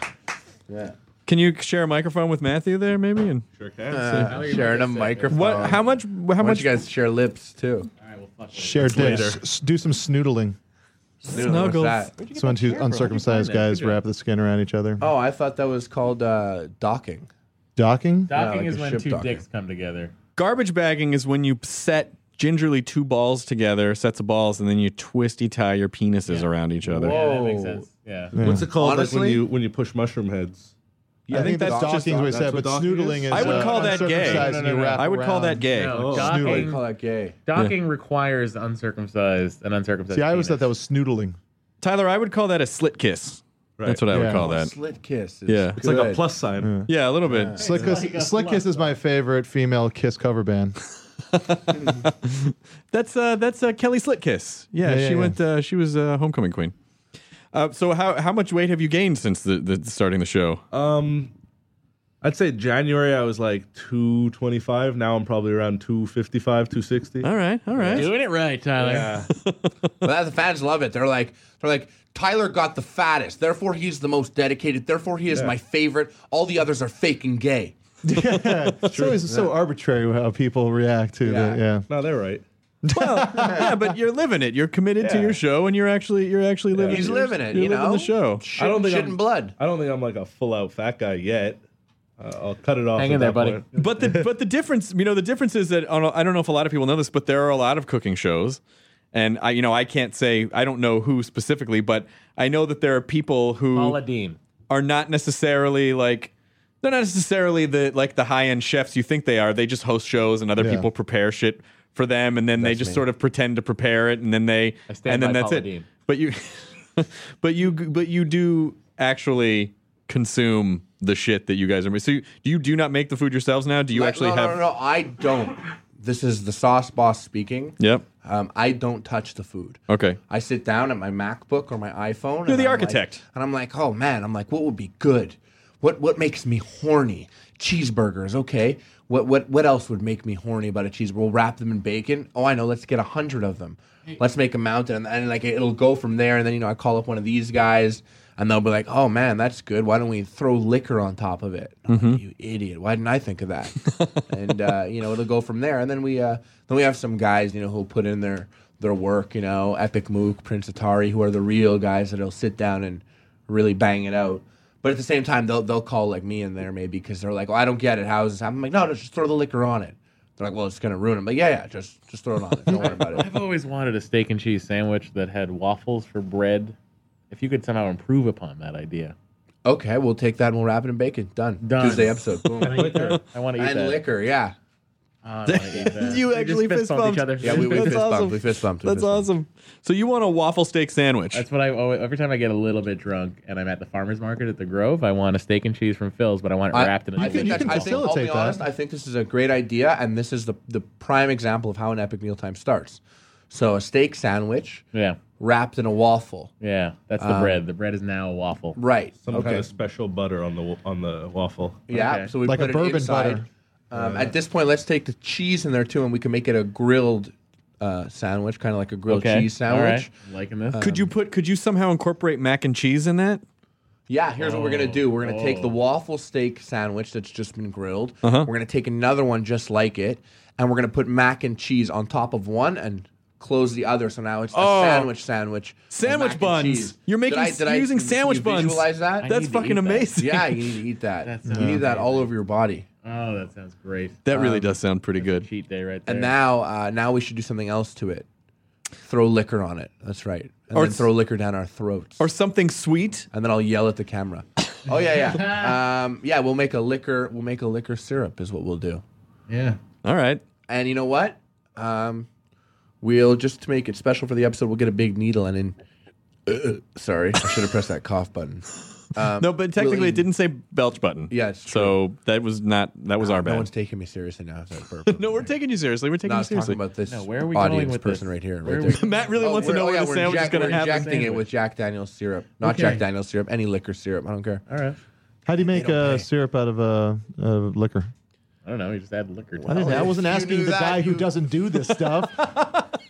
Yeah.
Can you share a microphone with Matthew there, maybe? And
Uh, sharing a microphone.
what? How much? How
Why don't
much?
you guys share lips too?
share dicks, S- do some snoodling.
Snuggles.
It's when two uncircumcised guys wrap the skin around each other.
Oh, I thought that was called uh, docking.
Docking.
Docking
like
is
a
when
ship
two
docking.
dicks come together.
Garbage bagging is when you set gingerly two balls together, sets of balls, and then you twisty tie your penises around each other.
Yeah, that makes sense. Yeah.
What's it called? like
Honestly-
when you when you push mushroom heads.
I, think, that's docking is what I
that's
said, but
what docking
snoodling
is?
is.
I would
uh,
call that gay.
uncircumcised
No, no,
and you
no, no.
wrap
I would call
around.
that gay.
No,
Oh.
They
docking,
call that gay.
docking requires uncircumcised and uncircumcised.
See, I
penis.
always thought that was snoodling.
Tyler, I would call that a slit kiss. That's what I would
Yeah.
call that.
Slit kiss. Is
Yeah.
good.
It's like a plus sign.
Yeah, a little bit.
Slick Kiss, Slick Kiss is my favorite female Kiss cover band.
That's uh, that's uh, Kelly Slitkiss. Yeah,
Yeah,
she
yeah, yeah.
went. Uh, she was uh, homecoming queen. Uh, so how how much weight have you gained since the, the starting the show?
Uh,
Um, I'd say January I was like two twenty five. Now I'm probably around 255, 260.
all right, all right.
Doing it right, Tyler.
But that- the fans love it. They're like, they're like, Tyler got the fattest. Therefore, he's the most dedicated. Therefore, he is my favorite. All the others are fake and gay.
It's always so arbitrary how people react to
Yeah.
that. Yeah.
No, they're right.
Well, yeah, but you're living it. You're committed to
Yeah.
your show, and you're actually you're actually living.
He's
you're-
living it.
You're
you
living
know
the show.
Shit,
I don't think
shit
I'm-
and blood.
I don't think I'm like a full out fat guy yet. Uh, I'll cut it off.
Hang in
at
there,
that
buddy.
point.
But the but the difference, you know, the difference is that I don't- I don't know if a lot of people know this, but there are a lot of cooking shows, and I you know I can't say I don't know who specifically, but I know that there are people who
Paula Dean.
are not necessarily like they're not necessarily the like the high end chefs you think they are. They just host shows and other
Yeah.
people prepare shit for them, and then they just sort of pretend to prepare it, and then they
I stand
and then
by
that's
Paula
it.
Dean.
But you, but you, but you do actually consume the shit that you guys are. So you, do you do not make the food yourselves now? Do you
Like,
actually
no,
have?
no, no, no, I don't. This is the sauce boss speaking.
Yep.
Um, I don't touch the food.
Okay.
I sit down at my MacBook or my iPhone.
You're
and
the
I'm like-
architect.
and I'm like, oh man, I'm like, what would be good? What what makes me horny? Cheeseburgers, okay. What what what else would make me horny about a cheeseburger? We'll wrap them in bacon. Oh, I know. Let's get a hundred of them. Let's make a mountain, and, and like it'll go from there. And then you know, I call up one of these guys, and they'll be like, oh man, that's good. Why don't we throw liquor on top of it? I'm like,
Mm-hmm.
you idiot! Why didn't I think of that? and uh, you know, it'll go from there. And then we uh, then we have some guys, you know, who'll put in their their work, you know, Epic Mook, Prince Atari, who are the real guys that'll sit down and really bang it out. But at the same time, they'll they'll call like me in there maybe because they're like, well, I don't get it. How is this happening? I'm like, no, no, just throw the liquor on it. They're like, well, it's gonna ruin it. But yeah, yeah, just just throw it on it. Don't worry about it.
I've always wanted a steak and cheese sandwich that had waffles for bread. If you could somehow improve upon that idea,
Okay, we'll take that and we'll wrap it in bacon. Done.
Done.
Tuesday episode. Boom.
I want to eat that. I want to eat
and
that.
liquor, yeah.
Oh, I wanna eat that.
You
We just
actually fist
fist-bumped
bumped.
each other.
Yeah, we, we
That's
fist
awesome.
bumped. We fist bumped. we
That's
fist bumped.
awesome. So you want a waffle steak sandwich?
That's what I always, every time I get a little bit drunk and I'm at the farmer's market at the Grove, I want a steak and cheese from Phil's, but I want it
I-
wrapped in a
I
delicious
think,
you
that,
can
I think I'll
facilitate
be
that.
honest, I think this is a great idea, and this is the, the prime example of how an epic mealtime starts. So a steak sandwich
Yeah,
wrapped in a waffle.
yeah. That's the bread. The bread is now a waffle.
Right.
Some
okay.
kind of special butter on the wa- on the waffle.
yeah.
okay.
So we
Like a
put it
bourbon
inside.
butter.
Um, At this point, let's take the cheese in there too, and we can make it a grilled uh, sandwich, kind of like a grilled
Okay.
cheese
All right.
sandwich.
Liking this.
could you put? Could you somehow incorporate mac and cheese in that?
Yeah, here's what we're gonna do. We're gonna take the
Oh.
waffle steak sandwich that's just been grilled.
Uh-huh.
We're gonna take another one just like it, and we're gonna put mac and cheese on top of one and close the other. So now it's
Oh.
a sandwich sandwich. with
Sandwich
mac and
buns.
cheese.
You're making- you're using
did
sandwich
you
buns.
Visualize that.
I
That's
need to eat
fucking
that.
amazing.
yeah, you need to eat that.
That
you
sounds
need that all over your body.
Oh, that sounds great.
That
Um,
really does sound pretty good.
Cheat day right there.
And now, uh, now we should do something else to it. Throw liquor on it. That's right. And
Or
then
s-
throw liquor down our throats.
Or something sweet.
and then I'll yell at the camera. Oh yeah, yeah, um, yeah. We'll make a liquor. We'll make a liquor syrup is what we'll do.
yeah.
All right.
And you know what? Um, we'll just to make it special for the episode. We'll get a big needle and in. sorry, I should have pressed that cough button.
no, but technically
Um, really-
it didn't say belch button.
Yeah, it's
so that was not that was our
No one's
bad.
taking me seriously now. If I burp.
No, we're taking you seriously. We're taking
Not
you seriously.
talking about this.
No, where are we
audience
going with
person
this?
right here?
Where
Right
are we-
there.
Matt really wants to
Oh, we're-
know where
yeah,
the
we're
sandwich is
inject-
going to
we're
happen.
injecting it with Jack Daniel's syrup, not Jack
Okay.
Daniel's syrup, any liquor syrup. I don't care.
All right.
How do you make
don't
uh,
pay.
syrup out of uh, uh, liquor?
I don't know. You just add liquor. To
I, didn't,
it.
I wasn't
you
asking
do
the
that,
guy who
you-
doesn't do this stuff.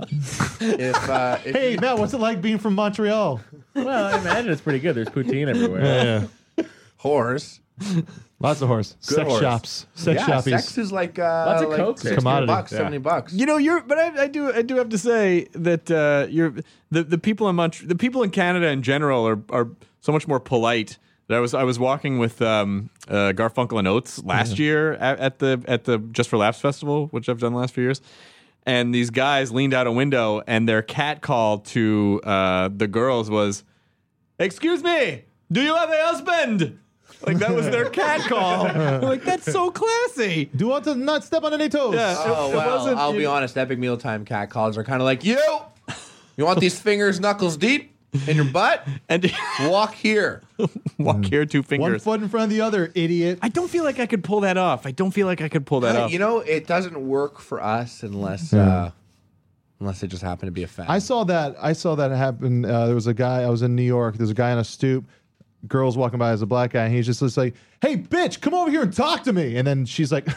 If, uh, if
hey,
you-
Matt, what's it like being from Montreal?
Well, I imagine it's pretty good. There's poutine everywhere.
Yeah.
whores,
Lots of horse. sex
horse.
shops. Sex
yeah,
shoppies.
sex is like uh,
Lots of
like
Coke there.
60
Commodity,
bucks,
yeah.
seventy bucks.
You know, you're, but I, I do, I do have to say that uh, you're the, the people in Mont- the people in Canada in general are, are so much more polite. That I was, I was walking with um, uh, Garfunkel and Oates last year at, at the at the Just for Laughs festival, which I've done the last few years, and these guys leaned out a window and their cat call to uh, the girls was, "Excuse me, do you have a husband?" Like that was their cat call. like that's so classy.
Do you want to not step on any toes?
Yeah.
Oh
It
well,
wasn't-
I'll
you-
be honest. Epic mealtime cat calls are kind of like you. You want these fingers knuckles deep in your butt?
And
Walk here.
walk here, two
Mm. One
fingers.
foot in front of the other, idiot.
I don't feel like I could pull that off. I don't feel like I could pull that off.
uh, you know, it doesn't work for us unless uh, unless they just happen to be a fan.
I saw that. I saw that happen. Uh, there was a guy. I was in New York. There's a guy on a stoop. Girls walking by as a black guy, and he's just, just like, "Hey, bitch, come over here and talk to me." And then she's like,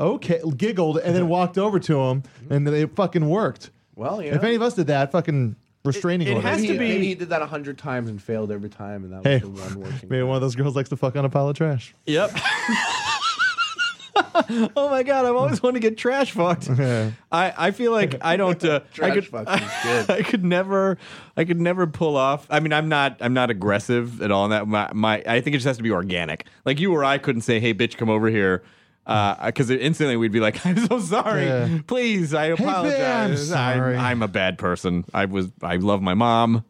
"Okay," giggled, and then walked over to him, and then it fucking worked.
Well, you
If
know,
any of us did that, fucking restraining
it
order.
has
maybe,
to be-
maybe he did that a hundred times and failed every time, and that was
Hey.
the one working.
Maybe one of those girls likes to fuck on a pile of trash.
yep. oh my god, I've always wanted to get trash fucked. I, I feel like I don't. Uh, I
Trash
could.
fucking is good.
I could never. I could never pull off. I mean, I'm not. I'm not aggressive at all. In that my, my. I think it just has to be organic. Like you or I couldn't say, "Hey, bitch, come over here." Because instantly we'd be like, "I'm so sorry.
Mm. Yeah.
Please, I
babe, I'm
apologize.
sorry."
I'm, I'm a bad person. I was. I love my mom.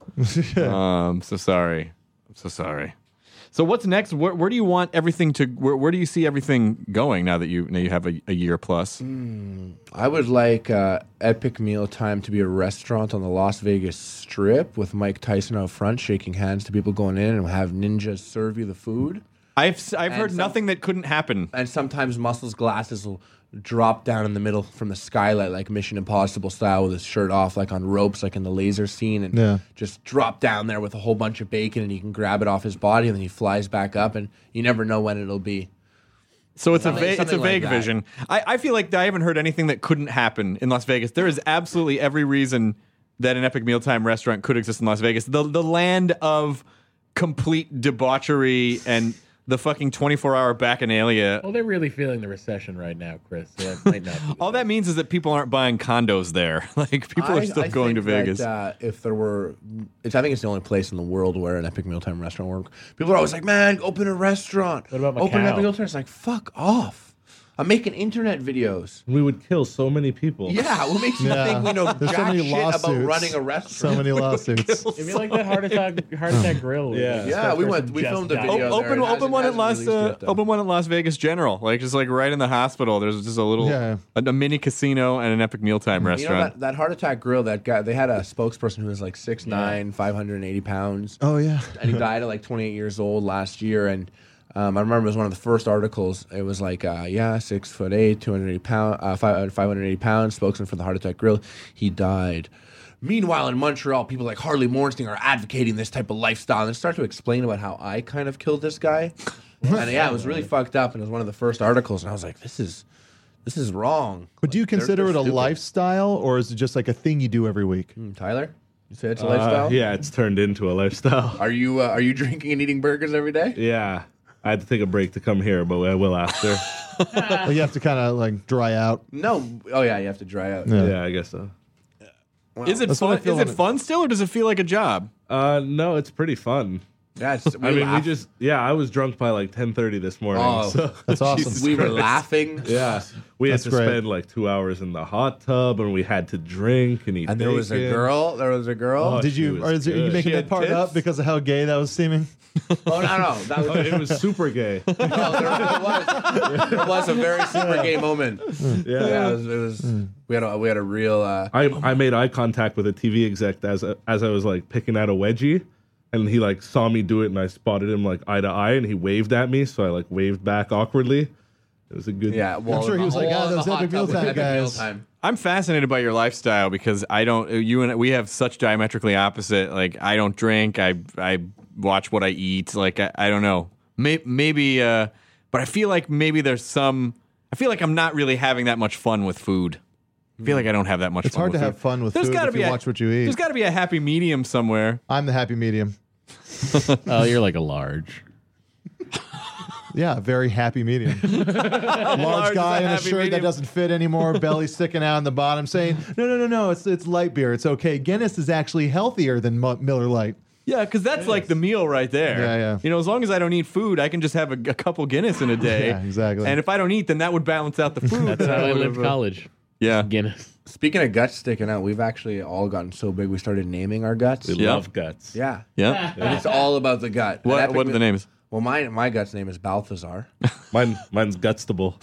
Um, so sorry. I'm so sorry. So what's next? Where, where do you want everything to? Where, where do you see everything going now that you now you have a, a year plus?
I would like uh, Epic Meal Time to be a restaurant on the Las Vegas Strip with Mike Tyson out front, shaking hands to people going in, and have ninjas serve you the food.
I've s- I've heard
some-
nothing that couldn't happen.
And sometimes Muscle's glasses will drop down in the middle from the skylight, like Mission Impossible style, with his shirt off, like on ropes, like in the laser scene, and
Yeah.
just drop down there with a whole bunch of bacon, and you can grab it off his body, and then he flies back up, and you never know when it'll be.
So it's a
Something-
va- it's a
something like
vague
that.
vision. I, I feel like I haven't heard anything that couldn't happen in Las Vegas. There is absolutely every reason that an epic mealtime restaurant could exist in Las Vegas. The the land of complete debauchery and the fucking 24 hour bacchanalia.
Well, they're really feeling the recession right now, Chris. So that might not. be the
All that means is that people aren't buying condos there. Like people are
I-
still
I
going to
think
Vegas.
That, uh, if there were, it's, I think it's the only place in the world where an Epic Mealtime restaurant work. People are always like, "Man, open a restaurant.
What about
open an
Macau?
Epic Mealtime?" It's like, "Fuck off! I'm making internet videos."
We would kill so many people.
Yeah, what makes you
Yeah.
think we know
There's so
jack
many
shit about
lawsuits.
running a
So
restaurant?
many lawsuits.
It'd be like that heart attack, heart attack grill. where
Yeah.
the
Yeah, we
person
went- we
just
filmed a
died.
video.
O-
there.
open
It
open
hasn't-
one at
hasn't
Las
released
uh,
yet, though.
open one at Las Vegas General. Like just like right in the hospital. There's just a little
Yeah.
a, a mini casino and an epic mealtime
You know
restaurant.
that, that heart attack grill. That guy. They had a spokesperson who was like 6'9", 580 pounds.
Oh yeah.
and he died at like 28 years old last year. And um, I remember it was one of the first articles. It was like, uh, yeah, six foot eight, 280 pound, uh, five, 580 pounds, spokesman for the Heart Attack Grill. He died. Meanwhile, in Montreal, people like Harley Mornstein are advocating this type of lifestyle and they start to explain about how I kind of killed this guy. and yeah, it was really fucked up. And it was one of the first articles. And I was like, this is this is wrong.
But do you consider it a lifestyle or is it just like a thing you do every week?
Hmm, Tyler, you say it's a
Uh,
lifestyle?
yeah, it's turned into a lifestyle.
Are you uh, are you drinking and eating burgers every day?
Yeah. I had to take a break to come here, but I will after.
Like, you have to kind of like dry out.
No. Oh yeah, you have to dry out.
Yeah.
yeah, I guess so.
Is it
That's what I
fun?
feel
Is it
on it.
fun still, or does it feel like a job?
Uh, no, it's pretty fun.
That's.
I mean, we just yeah, I was drunk by like 10:30 this morning.
Oh.
So
That's awesome.
we were laughing.
yeah, we
That's
had to
great.
spend like 2 hours in the hot tub and we had to drink and eat
And there was a
bacon.
girl. There was a girl.
Did
she
you?
was
Or is it, are you
good.
making
She
that
had
part
tits?
up because of how gay that was seeming?
Oh no, no, that
Oh,
was.
it was super gay.
No, there was, there was a very super gay moment.
Hmm.
Yeah, it was. It was We had a we had a real. Uh,
I, I made eye contact with a TV exec as as I was like picking out a wedgie, and he like saw me do it, and I spotted him like eye to eye, and he waved at me, so I like waved back awkwardly. It was a good
yeah, well,
sure he was like, "Ah, those Epic Meal Time guys."
I'm fascinated by your lifestyle because I don't. uh, You and we have such diametrically opposite. Like I don't drink. I I watch what I eat. Like I, I don't know. Maybe, maybe. Uh, but I feel like maybe there's some. I feel like I'm not really having that much fun with food. I feel like I don't have that much.
It's
fun
hard
with
to have
food.
fun with
There's
food
gotta
if
be
you
a-
watch what you eat.
There's got to be a happy medium somewhere.
I'm the happy medium.
Oh, you're like a large.
Yeah, very happy medium. Large,
Large is
guy
a
in a
happy
shirt
medium.
that doesn't fit anymore, belly sticking out in the bottom, saying, "No, no, no, no, it's it's light beer. It's okay. Guinness is actually healthier than Mu- Miller Light."
Yeah, because that's like the meal right there.
Yeah, yeah.
You know, as long as I don't eat food, I can just have a, a couple Guinness in a day.
Yeah, exactly.
And if I don't eat, then that would balance out the food.
That's
that
how I
would
lived
have, uh,
college.
Yeah.
Guinness.
Speaking of guts sticking out, we've actually all gotten so big we started naming our guts.
We
Yeah.
love guts.
Yeah,
Yeah.
And it's all about the gut. An
What,
Epic
what are
Meal-
the names?
Well, my my gut's name is Balthazar.
Mine mine's gutstable.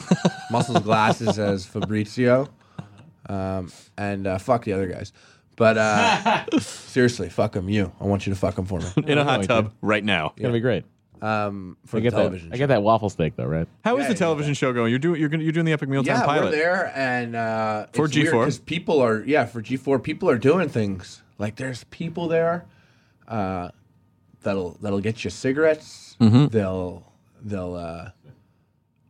Muscles Glasses as Fabrizio, um, and uh, fuck the other guys. But uh, seriously, fuck them. You, I want you to fuck them for me
In a hot tub right now.
It's gonna be great.
um, for
I
the
get that.
television.
I
show.
get that waffle steak though, right?
How is
Yeah,
the
yeah,
television show going? You're doing you're, gonna, you're doing the Epic Mealtime
yeah,
pilot.
we're there, and uh,
For
it's weird
G4?
people are yeah for G four people are doing things like there's people there uh, that'll that'll get you cigarettes.
Mm-hmm.
They'll they'll uh,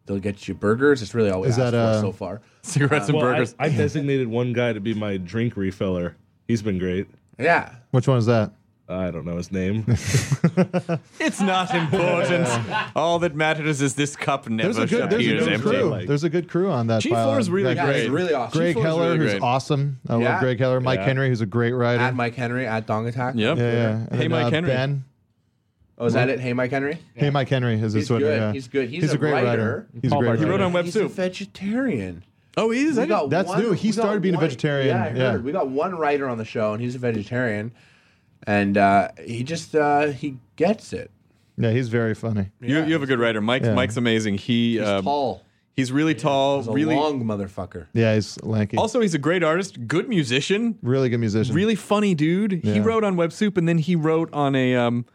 they'll get you burgers. It's really all we
Is
asked
that, uh,
for so far.
Cigarettes and
Well, I,
burgers.
I designated one guy to be my drink refeller. He's been great.
Yeah,
Which one is that?
I don't know his name.
it's not important. All that matters is this cup never
There's a good, there's a
appears
good
empty.
crew.
Like-
there's a good crew on that.
G4
file.
is really
That
yeah, it's
Great.
really awesome.
Greg
G4 is
Heller,
really
who's
great.
awesome. I
Yeah.
love Greg Heller. Mike
Yeah.
Henry, who's a great writer.
at Mike Henry at Dong Attack.
Yep.
yeah, yeah. And uh,
Hey, Mike Henry.
Ben.
Oh, is that it? Hey, Mike Henry.
Hey, Mike Henry is his
He's
Twitter.
good.
Yeah.
He's good. He's
a,
a
great writer.
writer.
He's a
Paul
great
Barker.
He wrote
writer.
on Web
He's a
Soup.
vegetarian.
oh, he is. I
We
didn't-
got
That's new. He
we
started
got
being a
one-
vegetarian,
Yeah, I
yeah.
heard. We got one writer on the show, and he's a vegetarian, and uh, he just uh, he gets it.
Yeah, he's very funny.
you, you have a good writer. Mike
Yeah.
Mike's amazing. He
He's
uh,
tall.
He's really tall.
He's a
really.
long motherfucker.
Yeah, he's lanky.
Also, he's a great artist. Good musician.
really good musician.
really funny dude. He
Yeah.
wrote on Web Soup, and then he wrote on a um,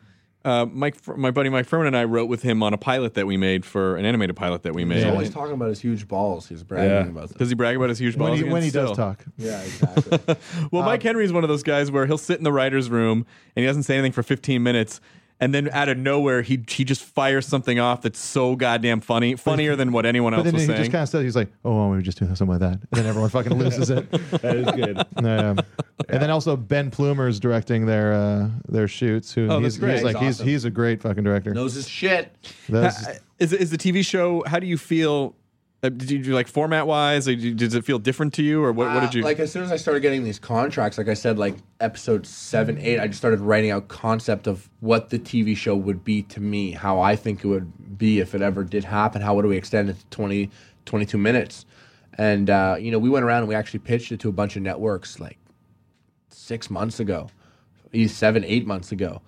uh, Mike, Fr- my buddy Mike Furman and I wrote with him on a pilot that we made for an animated pilot that we made.
He's always talking about his huge balls. He's bragging
Yeah.
about them.
Does he brag about his huge balls?
when he,
again?
when he does
Still.
talk. Um,
Yeah, exactly.
Well, Mike Henry is one of those guys where he'll sit in the writer's room and he doesn't say anything for 15 minutes. And then out of nowhere, he he just fires something off that's so goddamn funny, funnier than what anyone
But
else
then
was
he
saying.
just kind of said, he's like, oh, well, we were just doing something like that. And then everyone fucking loses it.
that is good.
Yeah. And then also Ben Plumer's directing their uh, their shoots. Who
Oh, that's
he's,
great.
he's like
That's
he's
awesome.
he's a great fucking director.
Knows his shit.
That's-
Uh, is is the TV show? How do you feel? Uh, did you do like format wise? Or did- does it feel different to you, or what? what
Uh,
did you?
like? As soon as I started getting these contracts, like I said, like episode seven, eight, I just started writing out concept of what the TV show would be to me, how I think it would be if it ever did happen. How would we extend it to 20, 22 minutes? And uh, you know, we went around and we actually pitched it to a bunch of networks, like six months ago, e- seven, eight months ago.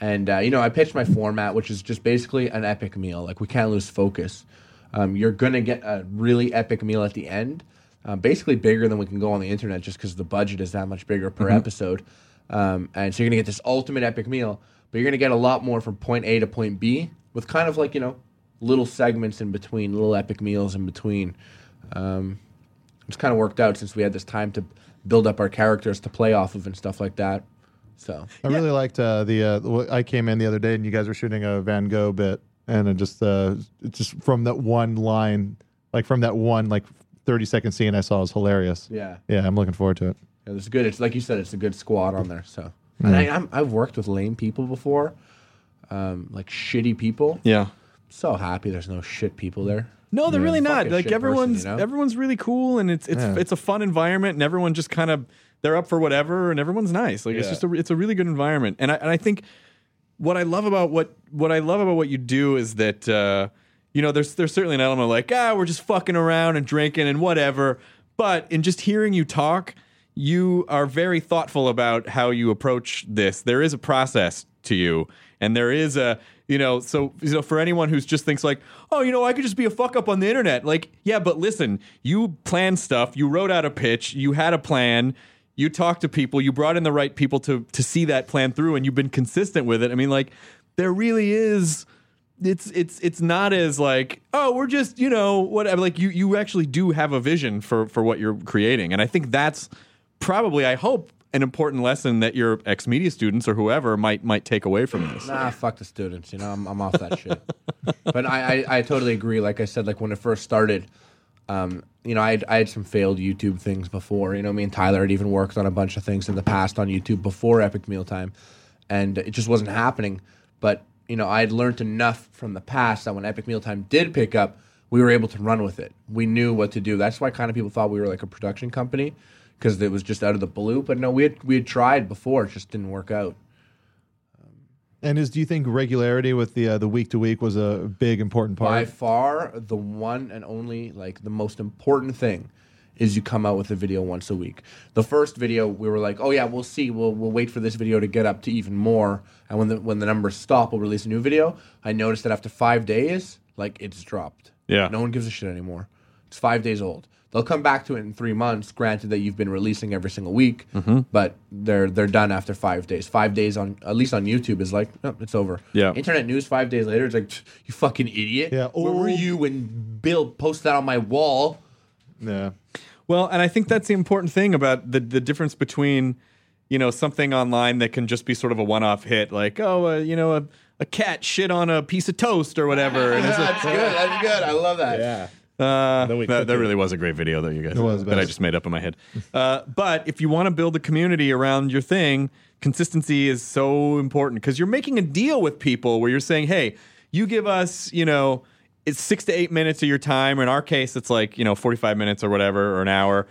And, uh, you know, I pitched my format, which is just basically an epic meal. Like, we can't lose focus. Um, you're going to get a really epic meal at the end, uh, basically bigger than we can go on the internet just because the budget is that much bigger per episode. Um, and so you're going to get this ultimate epic meal, but you're going to get a lot more from point A to point B with kind of like, you know, little segments in between, little epic meals in between. Um, it's kind of worked out since we had this time to build up our characters to play off of and stuff like that. So
I really liked uh, the. Uh, wh- I came in the other day and you guys were shooting a Van Gogh bit, and it just uh, it's just from that one line, like from that one like thirty second scene I saw was hilarious.
yeah,
Yeah, I'm looking forward to it.
it was good. It's like you said, it's a good squad on there. So and I, I'm, I've worked with lame people before, um, like shitty people.
yeah.
So happy there's no shit people there.
No, they're really
Fuck
not.
a shit
Like
person,
everyone's
you know?
everyone's really cool, and it's it's it's a fun environment, and everyone just kind of they're up for whatever, and everyone's nice. Like it's just a it's a really good environment, and I and I think what I love about what what I love about what you do is that uh, you know there's there's certainly an element of like ah we're just fucking around and drinking and whatever, but in just hearing you talk, you are very thoughtful about how you approach this. There is a process to you, and there is a you know so you know for anyone who's just thinks like oh you know I could just be a fuck up on the internet like yeah but listen you planned stuff you wrote out a pitch you had a plan you talked to people, you brought in the right people to to see that plan through, and you've been consistent with it. I mean, like, there really is. It's it's it's not as like oh we're just you know whatever like you you actually do have a vision for for what you're creating, and I think that's probably I hope an important lesson that your ex media students or whoever might might take away from this.
Nah, fuck the students. You know, I'm, I'm off that shit. But I, I, I totally agree. Like I said, like when it first started, um, you know, I had, I had some failed YouTube things before. You know, me and Tyler had even worked on a bunch of things in the past on YouTube before Epic Mealtime, and it just wasn't happening. But you know, I had learned enough from the past that when Epic Mealtime did pick up, we were able to run with it. We knew what to do. That's why kind of people thought we were like a production company because it was just out of the blue. But no, we had we had tried before. It just didn't work out.
And is do you think regularity with the uh, the week to week was a big important
By
part?
far, the one and only, like the most important thing, is you come out with a video once a week. The first video, we were like, oh yeah, we'll see. We'll we'll wait for this video to get up to even more. And when the when the numbers stop, we'll release a new video. I noticed that after five days, like it's dropped.
Yeah.
No one gives a shit anymore. It's five days old. They'll come back to it in three months. Granted that you've been releasing every single week,
Mm-hmm.
but they're they're done after five days. Five days on at least on YouTube is like, no, it's over.
Yeah.
Internet news five days later, it's like, you fucking idiot.
Yeah,
Where were
old-
you when Bill posted that on my wall?
Yeah.
Well, and I think that's the important thing about the the difference between you know something online that can just be sort of a one off hit, like oh uh, you know a, a cat shit on a piece of toast or whatever. And it's like,
That's good. That's good. I love that.
Yeah.
uh,
Then we
that,
cook
that
it.
really was a great video that you guys
was
that I
best.
just made up in my head. Uh, but if you want to build a community around your thing, consistency is so important because you're making a deal with people where you're saying, "Hey, you give us, you know, it's six to eight minutes of your time, or in our case, it's like you know, forty-five minutes or whatever, or an hour."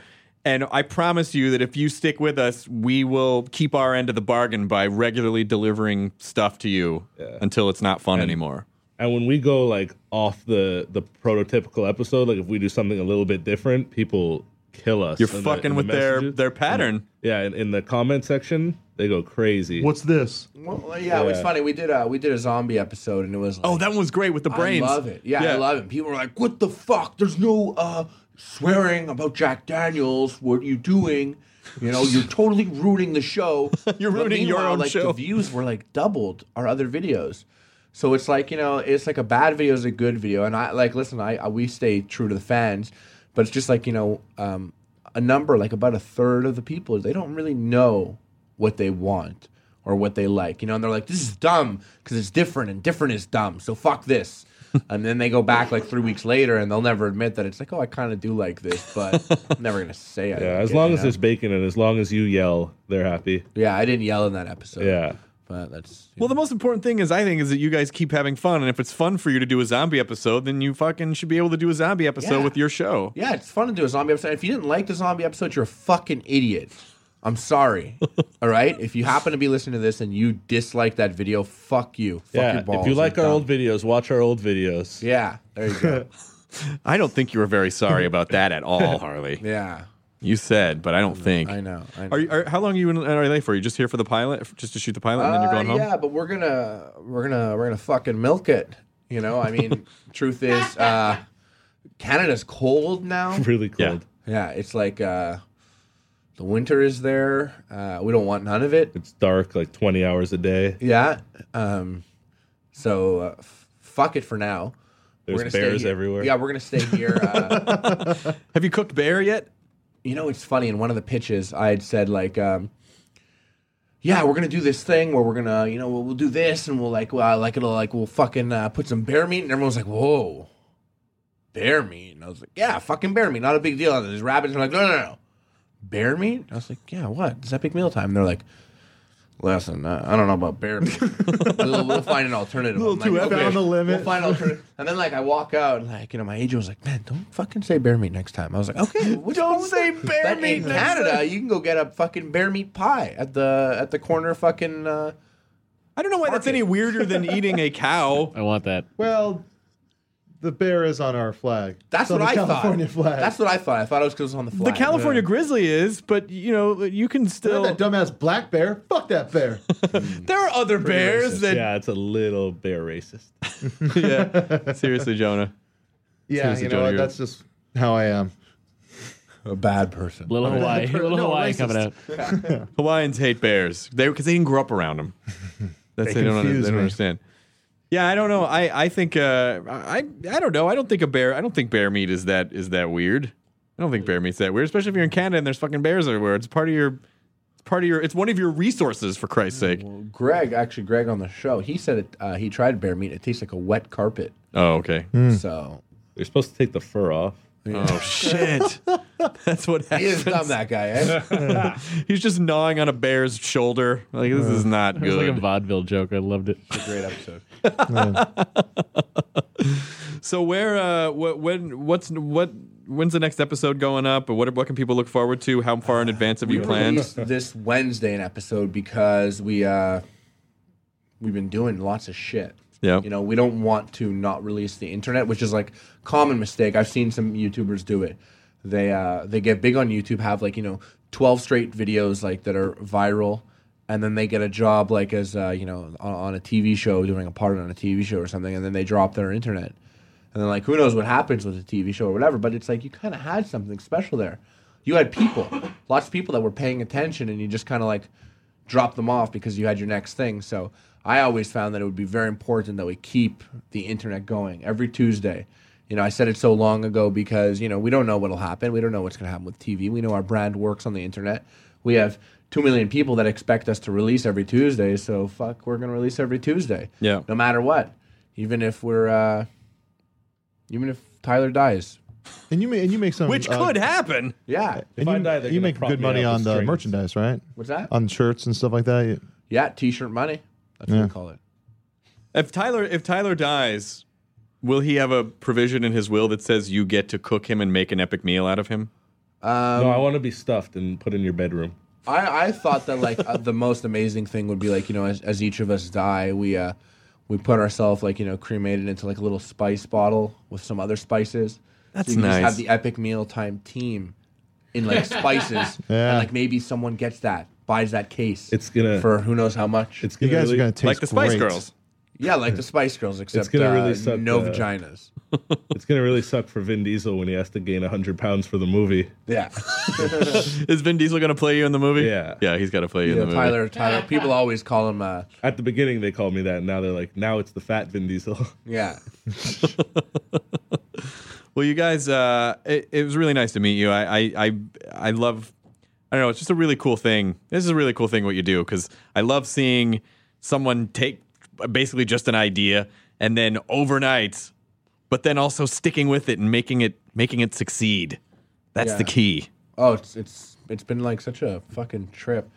And I promise you that if you stick with us, we will keep our end of the bargain by regularly delivering stuff to you until it's not fun anymore.
And when we go like off the the prototypical episode, like if we do something a little bit different, people kill us.
You're
in the-
fucking
in the
with their
messages.
their pattern.
Yeah, in, in the comment section, they go crazy.
What's this?
Well, yeah, It's funny. We did a we did a zombie episode, and it was. Like,
Oh, that one was great with the brains.
I love it. Yeah, I love it. People are like, "What the fuck? There's no uh, swearing about Jack Daniels. What are you doing? You know, you're totally ruining the show.
You're
But
ruining your
meanwhile,
own
like,
show.
The views were like doubled our other videos. So it's like you know, it's like a bad video is a good video, and I like listen. I, I we stay true to the fans, but it's just like you know, um, a number like about a third of the people they don't really know what they want or what they like, you know, and they're like, this is dumb because it's different, and different is dumb. So fuck this. and then they go back like three weeks later, and they'll never admit that it's like, oh, I kind of do like this, but I'm never gonna say it.
Yeah, as long as there's bacon and as long as you yell, they're happy.
yeah, I didn't yell in that episode.
Yeah.
but that's
Well, the most important thing is, I think, is that you guys keep having fun. And if it's fun for you to do a zombie episode, then you fucking should be able to do a zombie episode
Yeah.
with your show.
yeah, it's fun to do a zombie episode. If you didn't like the zombie episode, you're a fucking idiot. I'm sorry. All right, if you happen to be listening to this and you dislike that video, fuck you. Fuck
yeah.
your balls.
If you like
You're
our
dumb.
old videos, watch our old videos.
yeah, there you go.
I don't think you were very sorry about that at all, Harley.
yeah, Mm,
You said, but I don't think.
I know. I know.
Are you? Are, how long are you in LA for? Are you just here for the pilot, f- just to shoot the pilot, and then you're
Uh,
going home?
Yeah, but we're gonna we're gonna we're gonna fucking milk it. You know, I mean, truth is, uh, Canada's cold now.
Really
Yeah.
cold.
Yeah, it's like uh, the winter is there. Uh, we don't want none of it.
It's dark like 20 hours a day.
Yeah. Um, so uh, f- fuck it for now. We're
There's
gonna stay
bears
here-
everywhere.
Yeah, we're gonna stay here. Uh,
Have you cooked bear yet?
you know it's funny in one of the pitches i had said like um, yeah we're gonna do this thing where we're gonna you know we'll, we'll do this and we'll like well like it'll like we'll fucking uh, put some bear meat and everyone's like whoa bear meat and i was like yeah fucking bear meat not a big deal and these rabbits are like no no no bear meat i was like yeah what it's epic meal time and they're like Listen, uh, I don't know about bear meat. we'll, we'll find an alternative. A
little too epic. Found the limit.
We'll find an alternative. And then, like, I walk out, and, like, you know, my agent was like, man, don't fucking say bear meat next time. I was like, okay. don't say bear but meat in Canada, you can go get a fucking bear meat pie at the at the corner fucking. Uh,
I don't know why that's any weirder than eating a cow.
I want that.
Well, the bear is on our flag.
that's
It's on
what I
the California
thought.
flag.
That's what I thought. I thought it was because it was on the
The
flag.
California grizzly is, but you know you can
Not
still.
that dumbass black bear. Fuck that bear.
There are other bears that.
yeah, it's a little bear racist.
yeah. Seriously, Jonah.
yeah,
Seriously,
you
Joe,
know what?
you're-
That's just how I am.
A bad person.
Little Hawaii, little
no,
Hawaii
racist.
coming out.
Hawaiians hate bears. They because they didn't grow up around them. That's they, don't, under- they
confuse
don't
me.
understand. Yeah, I don't know. I I think uh, I I don't know. I don't think a bear. I don't think bear meat is that is that weird. I don't think bear meat's that weird, especially if you're in Canada and there's fucking bears everywhere. It's part of your, it's part of your. It's one of your resources for Christ's sake.
Greg, actually, Greg on the show, he said it. Uh, he tried bear meat. It tastes like a wet carpet.
Oh okay.
Hmm.
Hmm.
So
You're supposed to take the fur off.
Oh shit. That's what
he
happens.
is dumb, that guy. Eh?
He's just gnawing on a bear's shoulder. Like this is not
It was like a
good.
vaudeville joke. I loved it.
It's a great episode.
So where uh what when what's what when's the next episode going up or what what can people look forward to? How far in advance have you planned?
released this Wednesday an episode because we uh we've been doing lots of shit.
Yeah.
You know, we don't want to not release the internet, which is like common mistake. I've seen some YouTubers do it. They uh they get big on YouTube, have like, you know, 12 straight videos like that are viral and then they get a job like as uh, you know, on, on a TV show doing a part on a TV show or something and then they drop their internet. And then like who knows what happens with a TV show or whatever, but it's like you kind of had something special there. You had people, lots of people that were paying attention and you just kind of like dropped them off because you had your next thing. So I always found that it would be very important that we keep the internet going every Tuesday. You know, I said it so long ago because, you know, we don't know what'll happen. We don't know what's going to happen with TV. We know our brand works on the internet. We have 2 million people that expect us to release every Tuesday, so fuck, we're going to release every Tuesday.
Yeah.
No matter what. Even if we're uh even if Tyler dies.
And you ma- and you make some
Which
uh,
could happen.
Yeah.
and
If
you,
I die, they're
you
gonna
make
prop
good
me
money
up
on
with
the
strings.
merchandise, right?
What's that?
On shirts and stuff like that. You-
yeah, t-shirt money. That's what we call it.
If Tyler if Tyler dies, will he have a provision in his will that says you get to cook him and make an epic meal out of him?
no, I want to be stuffed and put in your bedroom.
I, I thought that like uh, the most amazing thing would be like you know as, as each of us die we uh we put ourselves like you know cremated into like a little spice bottle with some other spices. That's so you can
nice.
Just have the epic mealtime team in like spices
Yeah.
and like maybe someone gets that buys that case.
It's gonna-
for who knows how much.
It's
You
gonna
guys
really,
are gonna taste
like the Spice
great.
Girls.
yeah, like the Spice Girls except
gonna
uh,
really suck,
no
uh,
vaginas.
It's gonna really suck for Vin Diesel when he has to gain hundred pounds for the movie.
Yeah.
Is Vin Diesel gonna play you in the movie?
Yeah.
Yeah, he's gotta play you
You
in the
know,
movie.
Tyler Tyler people always call him uh
At the beginning, they called me that. And now they're like, now it's the fat Vin Diesel.
yeah.
Well, you guys, uh, it, it was really nice to meet you. I, I, I, I love. I don't know. It's just a really cool thing. This is a really cool thing what you do because I love seeing someone take basically just an idea and then overnight but then also sticking with it and making it making it succeed. That's the
Yeah.
key.
Oh, it's it's it's been like such a fucking trip.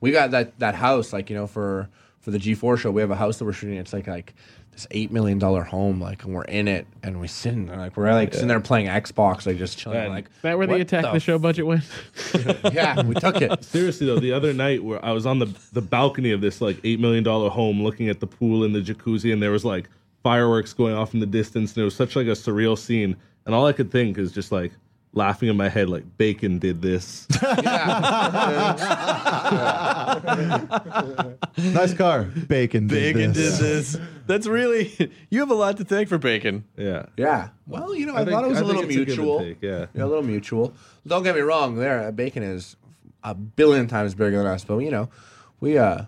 We got that that house like you know for for the G4 show. We have a house that we're shooting. It's like like this eight million dollar home like, and we're in it, and we sitting there like we're like sitting there playing Xbox, like just chilling. like
Is that where the
what
attack the show budget went?
f- Yeah, we took it.
Seriously though, the other night where I was on the the balcony of this like eight million dollar home, looking at the pool and the jacuzzi, and there was like fireworks going off in the distance, and it was such like a surreal scene. And all I could think is just like laughing in my head, like Bacon did this.
nice car. Bacon. Did
Bacon
this.
did this. That's really you have a lot to thank for bacon.
yeah.
Yeah. Well, you know, I,
think-
thought it was
I
a
think
little
it's a give and
mutual.
take, yeah.
a little mutual. Don't get me wrong. There, uh, bacon is a billion times bigger than us, but you know, we uh,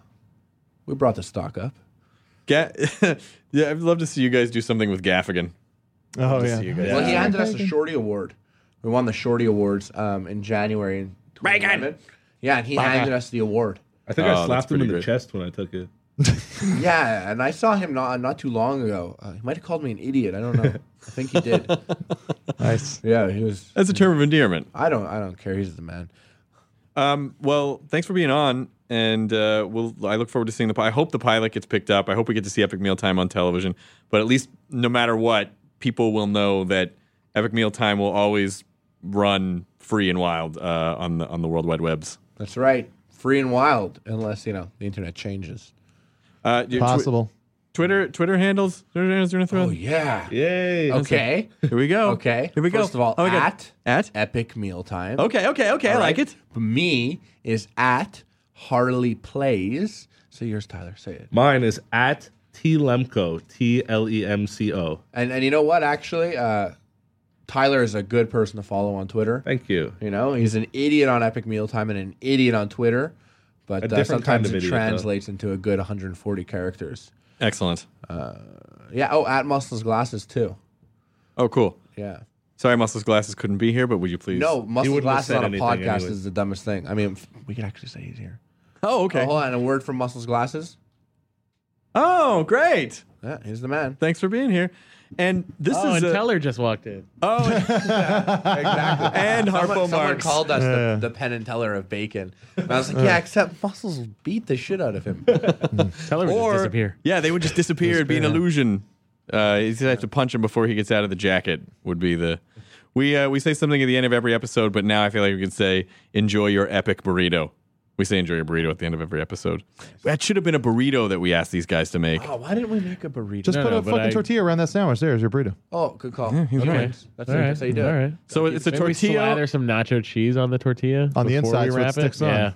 we brought the stock up.
Ga- yeah, I'd love to see you guys do something with Gaffigan.
Oh
To see you
yeah.
guys.
Well, he handed us a Shorty Award. We won the Shorty Awards um, in January. in 2011. Yeah, and he handed us the award.
I think
Oh,
I
that's
slapped him
pretty
in the
great.
chest when I took it.
Yeah, and I saw him not not too long ago. Uh, he might have called me an idiot. I don't know. I think he did.
Nice.
Yeah, he was.
That's a term of endearment.
I don't. I don't care. He's the man.
Um, well, thanks for being on, and uh, we'll. I look forward to seeing the. pi- I hope the pilot gets picked up. I hope we get to see Epic Meal Time on television. But at least, no matter what, people will know that Epic Meal Time will always run free and wild uh, on the on the World Wide Webs.
That's right. Free and wild, unless you know the internet changes.
Uh, your twi-
Possible.
Twitter Twitter handles. Twitter handles. You're gonna throw.
Oh yeah.
Yay!
Okay.
Here we go.
Okay.
Here we go.
First of all,
Oh my God.
at
At?
Epic Mealtime.
Okay. Okay. Okay. I
All
like
right?
it.
Me is at Harley Plays. So yours, Tyler. Say it.
Mine is at T Lemco. T L E M C O.
And and you know what? Actually, uh, Tyler is a good person to follow on Twitter.
Thank you.
You know, he's an idiot on Epic Mealtime and an idiot on Twitter, but
A
uh,
different kind
sometimes
of
it
idiot, though.
translates into a good 140 characters.
Excellent.
Yeah. Oh, at Muscles Glasses too.
Oh, cool.
Yeah.
Sorry, Muscles Glasses couldn't be here, but would you please?
No, Muscles
wouldn't have
Glasses
said
on a
anything
podcast
anyway.
is the dumbest thing. I mean, f- we could actually say he's here.
Oh, okay.
Oh, hold on. A word from Muscles Glasses.
Oh, great.
Yeah, he's the man.
Thanks for being here. And this
oh,
is
and
a-
Teller just walked in.
Oh,
Exactly.
and Harpo
Someone, someone
Marx.
called us the, the Penn and Teller of bacon. And I was like, yeah, except Muscles beat the shit out of him.
Teller would just
or
disappear.
yeah, they would just disappear. It'd be an illusion. Uh, you have to punch him before he gets out of the jacket. Would be the we uh, we say something at the end of every episode, but now I feel like we can say enjoy your epic burrito. We say enjoy your burrito at the end of every episode. That should have been a burrito that we asked these guys to make.
oh, why didn't we make a burrito?
Just
No,
put
no,
a
but
fucking
I-
tortilla around that sandwich. There's your burrito.
oh, good call.
All
Okay.
right.
That's,
All
right.
right.
that's how you do
All
it.
right.
so it's a
Maybe
tortilla.
slather some nacho cheese on the tortilla
On the
before
inside
we
so it
wrap
sticks on.
Yeah.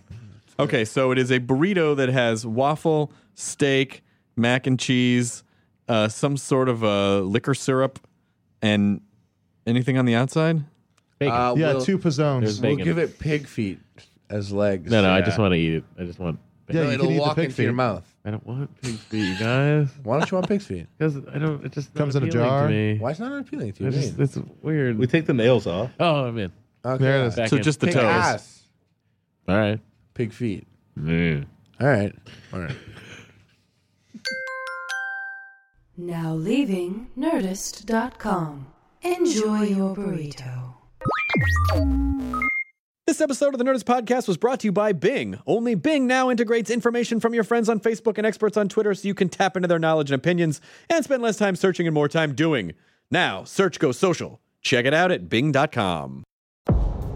Okay, so it is a burrito that has waffle, steak, mac and cheese, uh, some sort of uh, liquor syrup, and anything on the outside.
Bacon.
Uh,
Yeah,
we'll,
two
There's
pizzones.
we'll
bacon.
give it pig feet as legs.
no, no, I
Yeah.
just want to eat it. I just want.
Yeah, you
it'll
can eat the
walk
pig
into your
feet.
mouth.
I don't want pig's feet, you guys.
Why don't you want pig's feet?
Because I don't. It just not
Comes in a
appealing
jar.
To me.
Why is that not appealing to you?
It's, just,
Dean?
it's weird.
We take the nails off.
oh, I'm in.
Okay.
There it is.
Back
So
in.
just the
Pig
toes.
ass.
All right.
Pig feet.
Mm.
All right. All right.
Now leaving Nerdist.com. Enjoy your burrito.
This episode of the Nerdist Podcast was brought to you by Bing. Only Bing now integrates information from your friends on Facebook and experts on Twitter so you can tap into their knowledge and opinions and spend less time searching and more time doing. Now, search goes social. Check it out at bing.com.